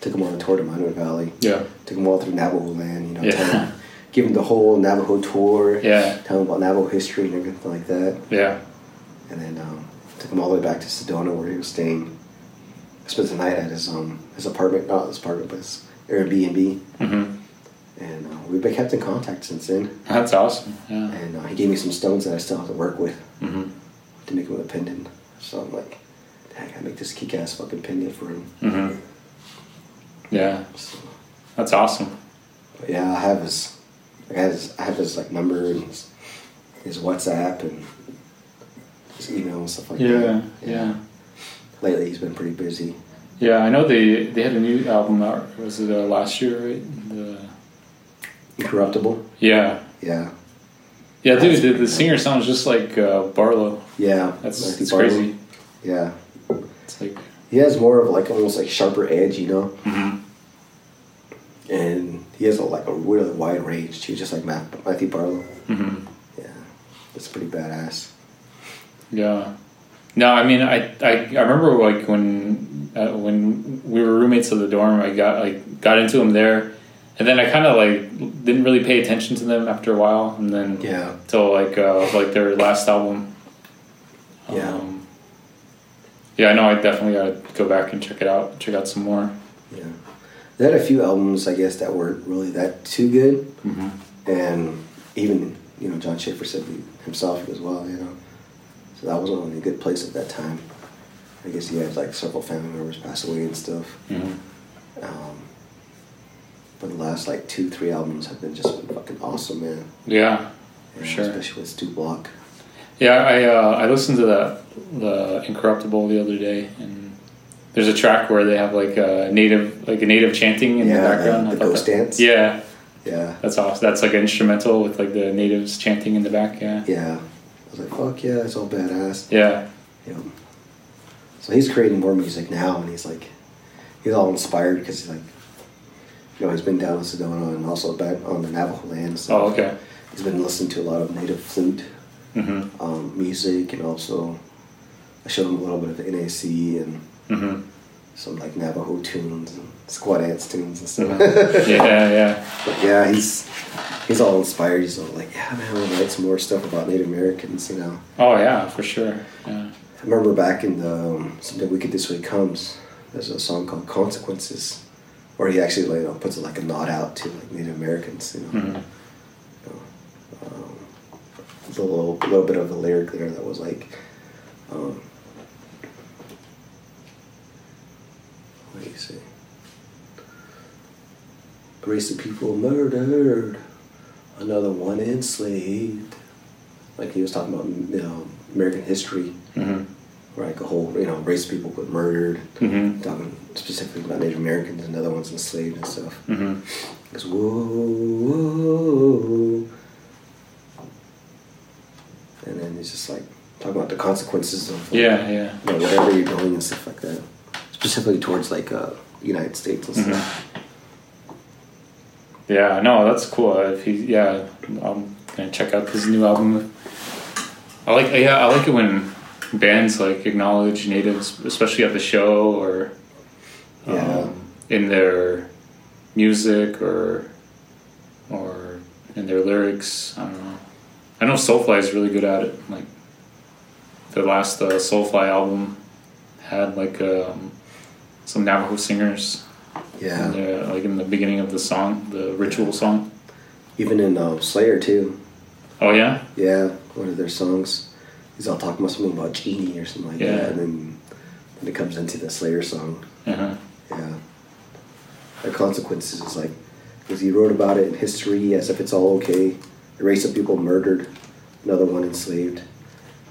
Took him on a tour to Monument Valley.
Yeah.
Took him all through Navajo land, you know,
Yeah.
tell him, give him the whole Navajo tour.
Yeah.
Tell him about Navajo history and everything like that.
Yeah.
And then um, took him all the way back to Sedona where he was staying. Spent the night at his um, his apartment, not his apartment, but his Airbnb.
hmm
And uh, we've been kept in contact since then.
That's awesome. Yeah.
And uh, he gave me some stones that I still have to work with
hmm
to make him a pendant. So I'm like, dang, I gotta make this kick ass fucking pendant for him.
hmm Yeah.
So,
That's awesome.
but yeah, I have his, like, I have his, I have his like number and his, his WhatsApp and his email and stuff like
Yeah.
that.
Yeah.
Lately, he's been pretty busy.
Yeah. I know they they had a new album out. Was it uh, last year? Right. The,
Incorruptible.
yeah.
Yeah.
Yeah, dude. The, the singer sounds just like uh, Barlow.
Yeah.
That's
Matthew
it's
Barlow.
crazy.
Yeah.
It's like.
He has more of like almost like sharper edge, you know?
hmm
and he has a, like a really wide range too, just like Matt, Matthew Barlow.
hmm
Yeah, it's pretty badass.
Yeah. No, I mean, I, I, I remember like when uh, when we were roommates at the dorm, I got like got into them there, and then I kind of like didn't really pay attention to them after a while, and then
Yeah,
till like uh, like their last album.
Yeah.
Um, yeah, I know. I definitely gotta go back and check it out. Check out some more.
yeah. They had a few albums, I guess, that weren't really that too good,
Mm-hmm.
and even you know John Schaefer said he- himself as well, you know. So that wasn't really a good place at that time. I guess he had like several family members pass away and stuff.
Mm-hmm.
Um, but the last like two, three albums have been just fucking awesome, man.
Yeah. For
Yeah,
sure.
Especially with Stu Block.
Yeah, I uh, I listened to that the Incorruptible the other day, and there's a track where they have like a native like a native chanting in
Yeah,
the
the-
background. I
the
thought
ghost
that-
dance?
Yeah,
Yeah.
that's awesome. That's like an instrumental with like the natives chanting in the back. Yeah,
Yeah. I was like, fuck yeah, it's all badass.
yeah,
You know. So he's creating more music now, and he's like, he's all inspired because he's like, you know, he's been down in Sedona and also back on the Navajo land. So
Oh, okay.
He's been listening to a lot of native flute
hmm
um, music and also I showed him a little bit of NAC and
hmm
some like Navajo tunes and squad dance tunes and stuff.
yeah, yeah,
But yeah, he's he's all inspired. He's all like, yeah, man, I want to write some more stuff about Native Americans, you know.
oh yeah, for sure. Yeah,
I remember back in the um, something wicked this way comes. There's a song called Consequences, where he actually like, you know, puts like a nod out to like Native Americans. You know,
hmm
you know um, a little little bit of a lyric there that was like, um, what do you say? A race of people murdered, another one enslaved. Like he was talking about you know, American history
hmm
where like a whole you know race of people got murdered,
Mhm.
talking specifically about Native Americans and other ones enslaved and stuff.
hmm
Because whoa, whoa, and then he's just like talking about the consequences of like,
yeah, yeah,
you know, whatever you're doing and stuff like that, specifically towards like uh, United States and stuff.
yeah. No, that's cool. If he, yeah, I'm gonna check out this new album. I like, yeah, I like it when bands like acknowledge natives, especially at the show or um,
Yeah,
in their music or or in their lyrics. I don't know. I know Soulfly is really good at it. Like the last uh, Soulfly album had like um, some Navajo singers, in
yeah.
the, like in the beginning of the song, the ritual song.
Even in uh, Slayer too.
Oh yeah,
Yeah, one of their songs. He's all talking about something about genie or something like
Yeah.
that, and then then it comes into the Slayer song.
uh-huh.
Yeah. The consequences is like, because he wrote about it in history as if it's all okay. The race of people murdered, another one enslaved.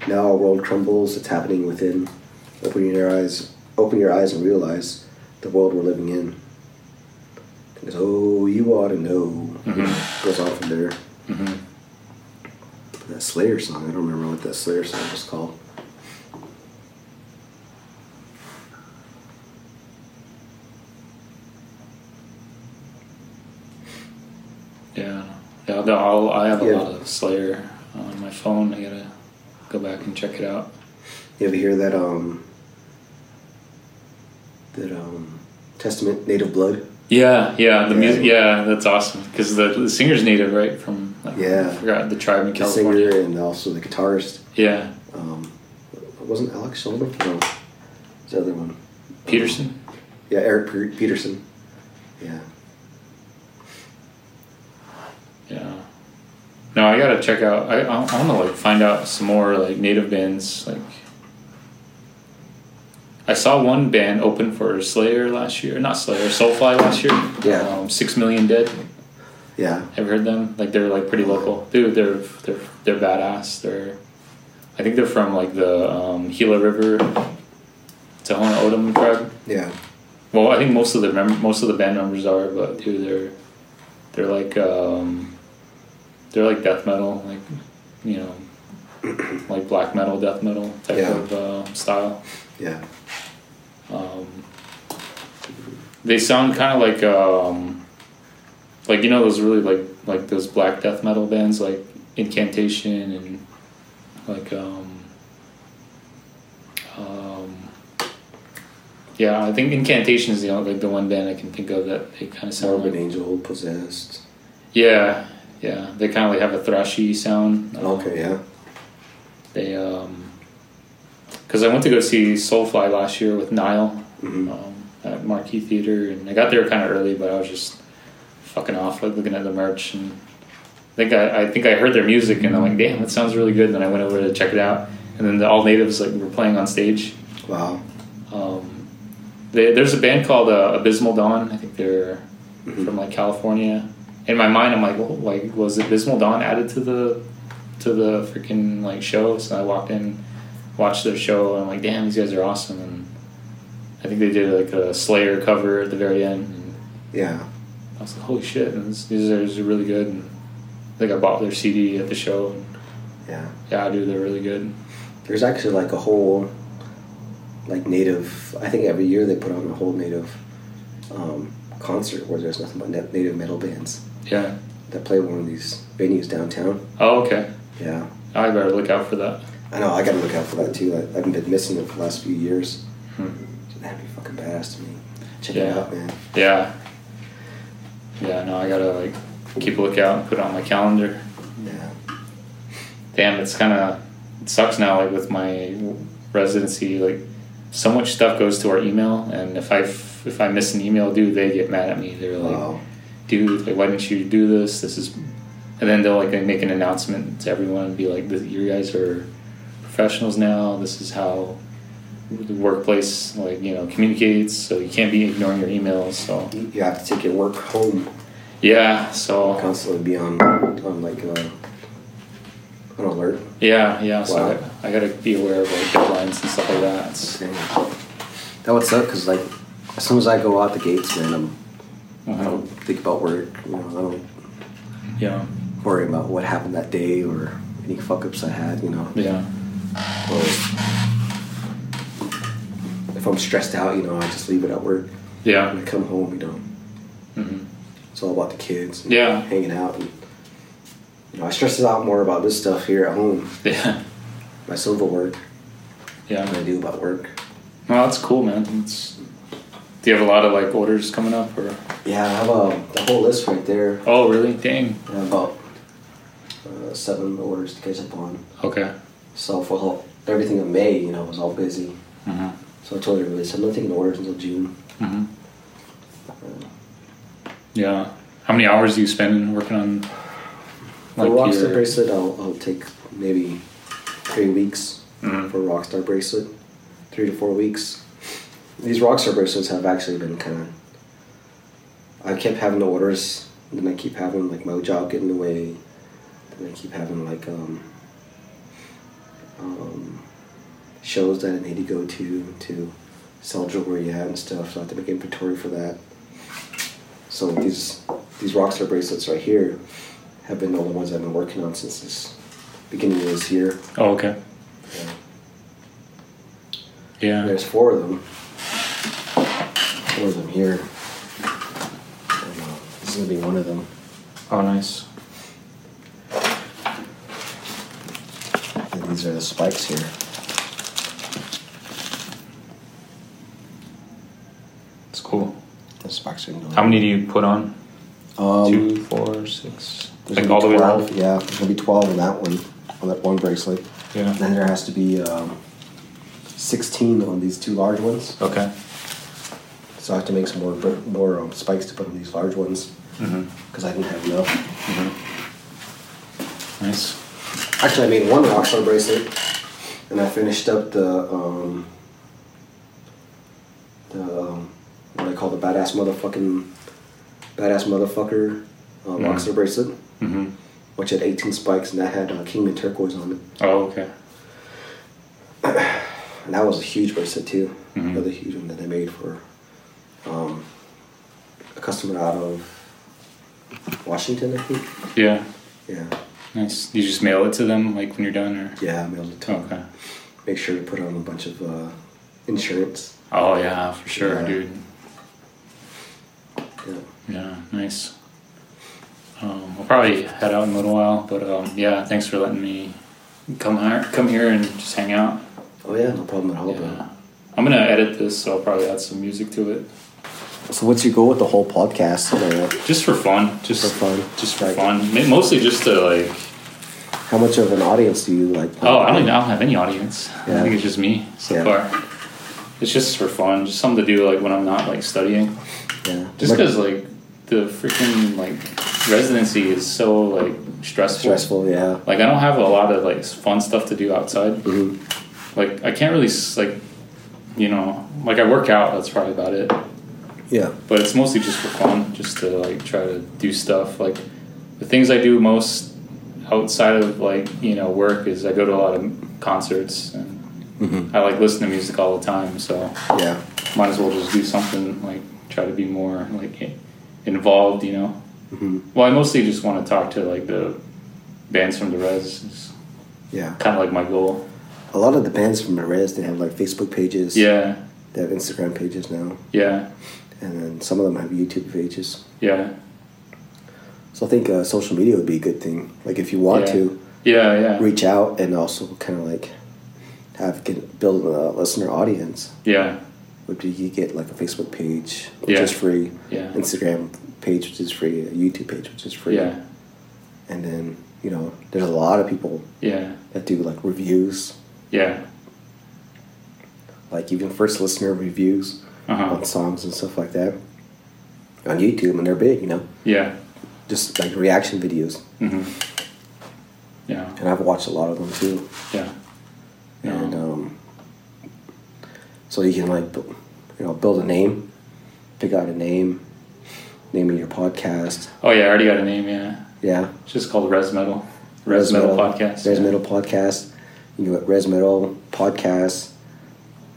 Now our world crumbles, it's happening within. Open your eyes, open your eyes and realize the world we're living in. Because, oh, you ought to know. Goes on from there.
Mm-hmm.
Slayer song. I don't remember what that Slayer song was called.
Yeah, yeah. No, I'll, I have a
Yeah.
lot of Slayer on my phone. I gotta go back and check it out.
You ever hear that um that um Testament Native Blood?
Yeah, yeah. The
Yeah.
music. Yeah, that's awesome because the, the singer's native, right? From I
Yeah.
forgot the tribe in
The
California.
singer and also the guitarist.
Yeah,
Um wasn't Alex Silver? No. It's the other one.
Peterson.
Yeah, Eric Pe- Peterson. Yeah.
Yeah. No, I gotta check out. I I, I want to like find out some more like native bands. Like, I saw one band open for Slayer last year. Not Slayer, Soulfly last year.
Yeah.
Um, Six Million Dead.
Yeah.
Have you heard them? Like they're like pretty local, dude. They're they're they're badass. They're, I think they're from like the um, Gila River, Tohono O'odham tribe.
Yeah.
Well, I think most of the mem- most of the band members are, but dude, they're they're like um, they're like death metal, like you know, like black metal, death metal type
Yeah.
of uh, style.
Yeah.
Um, they sound kind of like um, like you know those really like like those black death metal bands like Incantation and like um, um, yeah, I think Incantation is the only, like the one band I can think of that they kind of sound
Morbid
like
Angel Possessed.
yeah yeah they kind of like have a thrashy sound. Um,
Okay, yeah.
They um, because I went to go see Soulfly last year with Niall
Mhm.
um, at Marquee Theater, and I got there kind of early, but I was just fucking off, like looking at the merch, and I think I, I think I heard their music, and I'm like, damn, that sounds really good. And then I went over to check it out, and then the All Natives like were playing on stage.
Wow.
Um, they, there's a band called uh, Abysmal Dawn. I think they're from like California. In my mind, I'm like, well, like was Abysmal Dawn added to the to the freaking like show? So I walked in, watched their show, and I'm like, damn, these guys are awesome. And I think they did like a Slayer cover at the very end. And
Yeah.
I was like, holy shit, and this, these guys are really good. And I think I bought their CD at the show. And
Yeah.
yeah, dude, they're really good.
There's actually like a whole like native. I think every year they put on a whole native um, concert where there's nothing but na- native metal bands
Yeah.
that play one of these venues downtown.
Oh, okay.
Yeah,
I better look out for that.
I know. I gotta look out for that too. I, I haven't been missing it for the last few years. That'd be fucking badass to me. Check it
Hmm. Yeah.
out, man.
Yeah. Yeah, no, I gotta like keep a lookout and put it on my calendar.
Yeah,
Damn, it's kind of it sucks now. Like with my residency, like so much stuff goes to our email, and if I f- if I miss an email, dude, they get mad at me. They're like,
wow.
dude, like why didn't you do this? This is, and then they'll like make an announcement to everyone and be like, "This- you guys are professionals now. This is how the workplace like you know communicates. So you can't be ignoring your emails. So
You you have to take your work home.
yeah, so
Constantly be on on like uh, on alert.
Yeah, yeah. So
Wow.
I, I gotta be aware of like deadlines and stuff like that. It's-
That would suck because like as soon as I go out the gates, man, I'm
Uh-huh.
I don't think about work. You know, I don't
Yeah,
worry about what happened that day or any fuck ups I had. You know,
yeah,
Or if I'm stressed out, you know, I just leave it at work. When
yeah,
I come home, you know,
Mm-hmm.
it's all about the kids. And
Yeah.
hanging out. And, you know, I stress out more about this stuff here at home.
yeah,
My silver work than
yeah.
I do about work.
No, that's cool, man. It's, do you have a lot of like orders coming up or?
Yeah, I have a, a whole list right there.
Oh, really? Dang.
I have about uh, seven orders to catch up on.
Okay.
So for all, everything in May, you know, was all busy.
Mhm.
So I told everybody, so I'm not taking orders until June.
Mhm.
Uh,
Yeah. How many hours do you spend working on?
for Rockstar
your-
bracelet, I'll, I'll take maybe three weeks
Mhm.
for Rockstar bracelet, three to four weeks. These Rockstar bracelets have actually been kind of. I kept having the orders, and then I keep having like my job get in the way, then I keep having like um, um, shows that I need to go to to sell jewelry at and stuff, so I have to make inventory for that. So these these Rockstar bracelets right here have been all the ones I've been working on since this beginning of this year.
Oh, okay. Yeah.
There's four of them. Four of them here. And, uh, this is gonna be one of them.
Oh, nice.
And these are the spikes here.
It's cool.
The spikes are going.
How many do you put on?
Um,
Two, four, six.
there's
Like
gonna
all
be
the way
12,
around.
Yeah, there's gonna be twelve on that one, on that one bracelet. And
Yeah.
then there has to be um, sixteen on these two large ones.
Okay.
So I have to make some more br- more um, spikes to put on these large ones
Mm-hmm.
because I didn't have enough.
Nice.
Actually, I made one rockstar bracelet, and I finished up the um, the um, what I call the badass motherfucking badass motherfucker uh, rockstar bracelet,
Mm-hmm.
which had eighteen spikes and that had uh, kingman turquoise on it,
Oh, okay.
and that was a huge bracelet too, another huge one that they made for um, a customer out of Washington, I think.
Yeah.
Yeah,
Nice. Do you just mail it to them like when you're done, or? Oh,
yeah, I mailed it to him.
Okay.
make sure to put on a bunch of uh, insurance.
Oh yeah, for sure,
Yeah.
dude.
Yeah.
Yeah, nice. Um, I'll probably head out in a little while, but um, yeah, thanks for letting me come here, come here and just hang out.
Oh yeah, no problem at all.
Yeah. I'm gonna edit this, so I'll probably add some music to it,
Bro. So what's your goal with the whole podcast? Uh,
just for fun, just
For fun.
just for
Right.
fun, Ma- mostly just to like.
how much of an audience do you like?
Oh, I don't, even- I don't have any audience. I
Yeah.
think it's just me so
Yeah.
far. It's just for fun, just something to do like when I'm not like studying.
Yeah.
Just
Like,
because like the freaking like residency is so like stressful.
stressful. Yeah.
Like I don't have a lot of like fun stuff to do outside.
Mhm.
Like I can't really s- like, you know, like I work out. That's probably about it.
Yeah.
But it's mostly just for fun, just to like try to do stuff. Like the things I do most outside of like you know work is I go to a lot of concerts and I like listen to music all the time. So
Yeah.
might as well just do something like try to be more like i- involved you know
Mm-hmm.
well i mostly just want to talk to like the bands from the res it's
Yeah.
kind of like my goal
A lot of the bands from the res, they have like Facebook pages.
yeah
They have Instagram pages now,
yeah
and then some of them have YouTube pages.
yeah
So I think uh, social media would be a good thing. Like if you want
yeah.
to
yeah yeah
reach out and also kind of like have get, build a listener audience.
yeah
would be you get like a Facebook page, which
Yeah.
is free,
Yeah.
Instagram page, which is free, a YouTube page, which is free,
yeah
and then you know there's a lot of people
yeah
that do like reviews,
yeah
like even first listener reviews
uh-huh
on songs and stuff like that on YouTube, and they're big, you know,
yeah
just like reaction videos,
mm-hmm. yeah
and I've watched a lot of them too,
yeah
and
Yeah.
um, so you can like bu- you know build a name, pick out a name, name of your podcast,
oh yeah i already got a name yeah
yeah.
it's just called res metal res, metal,
Res
podcast yeah.
Metal Podcast. You know, at Res Metal Podcast,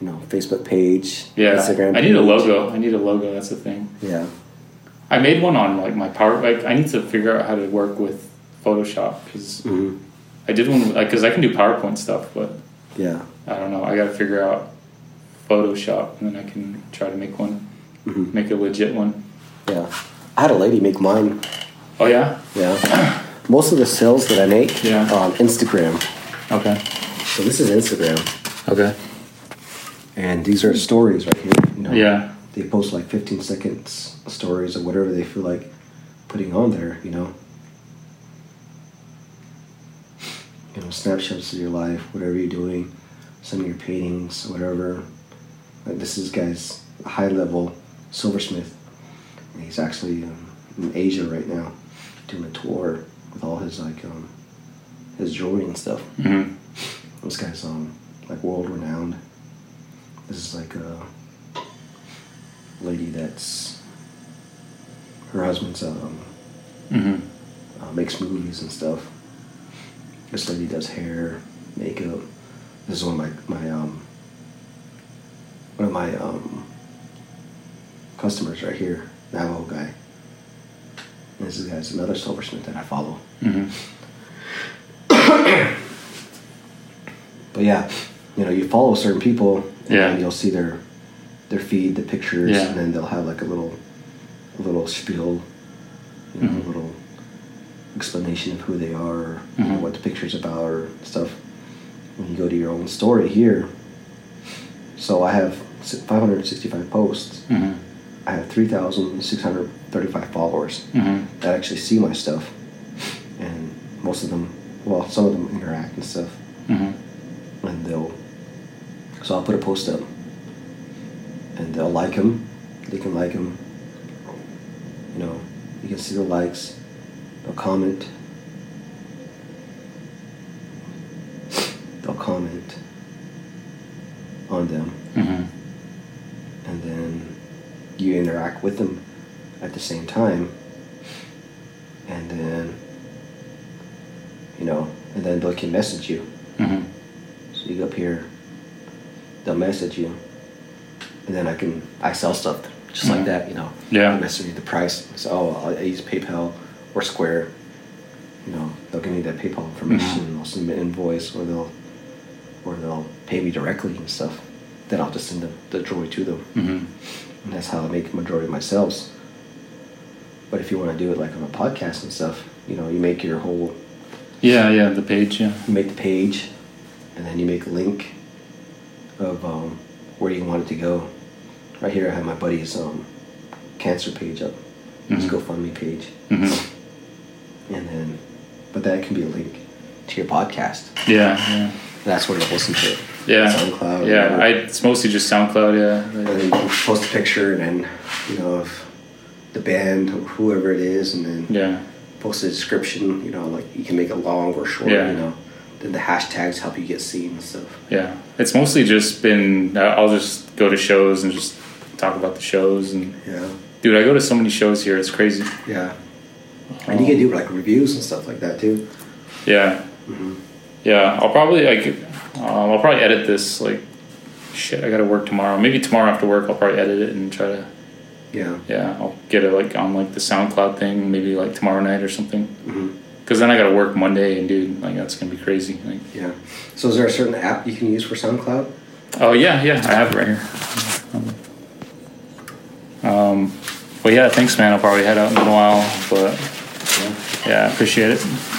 you know, Facebook page,
yeah
Instagram
i need a
page.
logo i need a logo that's the thing
Yeah.
I made one on like my power. Like I need to figure out how to work with Photoshop because
Mhm.
I did one because I can do PowerPoint stuff, but
Yeah.
I don't know. I got to figure out Photoshop and then I can try to make one, make a legit one.
Yeah. I had a lady make mine.
Oh yeah.
Yeah. Most of the sales that I make
Yeah.
on Instagram.
Okay.
So this is Instagram.
Okay.
And these are stories right here. You know,
Yeah.
They post like 15 seconds stories or whatever they feel like putting on there, you know. You know, snapshots of your life, whatever you're doing, some of your paintings, whatever. Like this is guy's a high level silversmith. And he's actually um, in Asia right now doing a tour with all his like um, his jewelry and stuff.
hmm
This guy's um like world renowned. This is like a lady that's her husband's um
hmm
uh, makes movies and stuff. This lady does hair, makeup. This is one of my my um one of my um customers right here, Navajo guy.
Mm-hmm.
And this guy's another silversmith that I follow.
hmm
But yeah, you know, you follow certain people, and
Yeah.
then you'll see their their feed, the pictures,
Yeah.
and then they'll have like a little a little spiel, you know,
Mm-hmm.
a little explanation of who they are, or you know,
Mhm.
what the picture's about, or stuff. When you go to your own story here, so I have s- 565 posts.
Mm-hmm.
I have 3,635 followers
Mm-hmm.
that actually see my stuff, and most of them, well, some of them interact and stuff,
Mm-hmm.
and they'll. So I'll put a post up, and they'll like them. They can like them. You know, you can see the likes. They'll comment. They'll comment on them,
Mm-hmm.
and then you interact with them at the same time and then you know and then they can message you
Mm-hmm.
so you go up here they'll message you and then i can i sell stuff just like
Mhm.
that you know
Yeah.
They message you the price so oh I'll, i use paypal or square you know they'll give me that paypal information they'll send me an invoice or they'll or they'll pay me directly and stuff then i'll just send the, the jewelry to them
Mm-hmm.
and that's how I make the majority of my sales. But if you want to do it like on a podcast and stuff, you know, you make your whole,
Yeah, yeah, the page, yeah.
you make the page, and then you make a link of um, where you want it to go. Right here, I have my buddy's um, cancer page up, his
Mhm.
GoFundMe page,
Mm-hmm.
and then, but that can be a link to your podcast.
Yeah, yeah.
That's where you listen to it.
Yeah.
SoundCloud.
Yeah,
or-
I, it's mostly just SoundCloud, yeah.
and then you post a picture, and then you know of the band or whoever it is, and then
Yeah.
post a description, you know, like you can make it long or short,
Yeah.
you know. Then the hashtags help you get seen and stuff.
Yeah, it's mostly just been. I- I'll just go to shows and just talk about the shows. And
Yeah.
dude, I go to so many shows here. It's crazy.
Yeah. And you can do like reviews and stuff like that too.
Yeah, yeah. I'll probably like. Um, I'll probably edit this. Like, shit, I gotta work tomorrow. Maybe tomorrow after work, I'll probably edit it and try to.
Yeah.
Yeah, I'll get it like on like the SoundCloud thing. Maybe like tomorrow night or something.
Mhm.
Because then I gotta work Monday, and dude, like that's gonna be crazy. Like,
Yeah. So is there a certain app you can use for SoundCloud?
Oh yeah, yeah, I have it right here. Um, but yeah, thanks, man. I'll probably head out in a while, but
Yeah.
yeah, I appreciate it.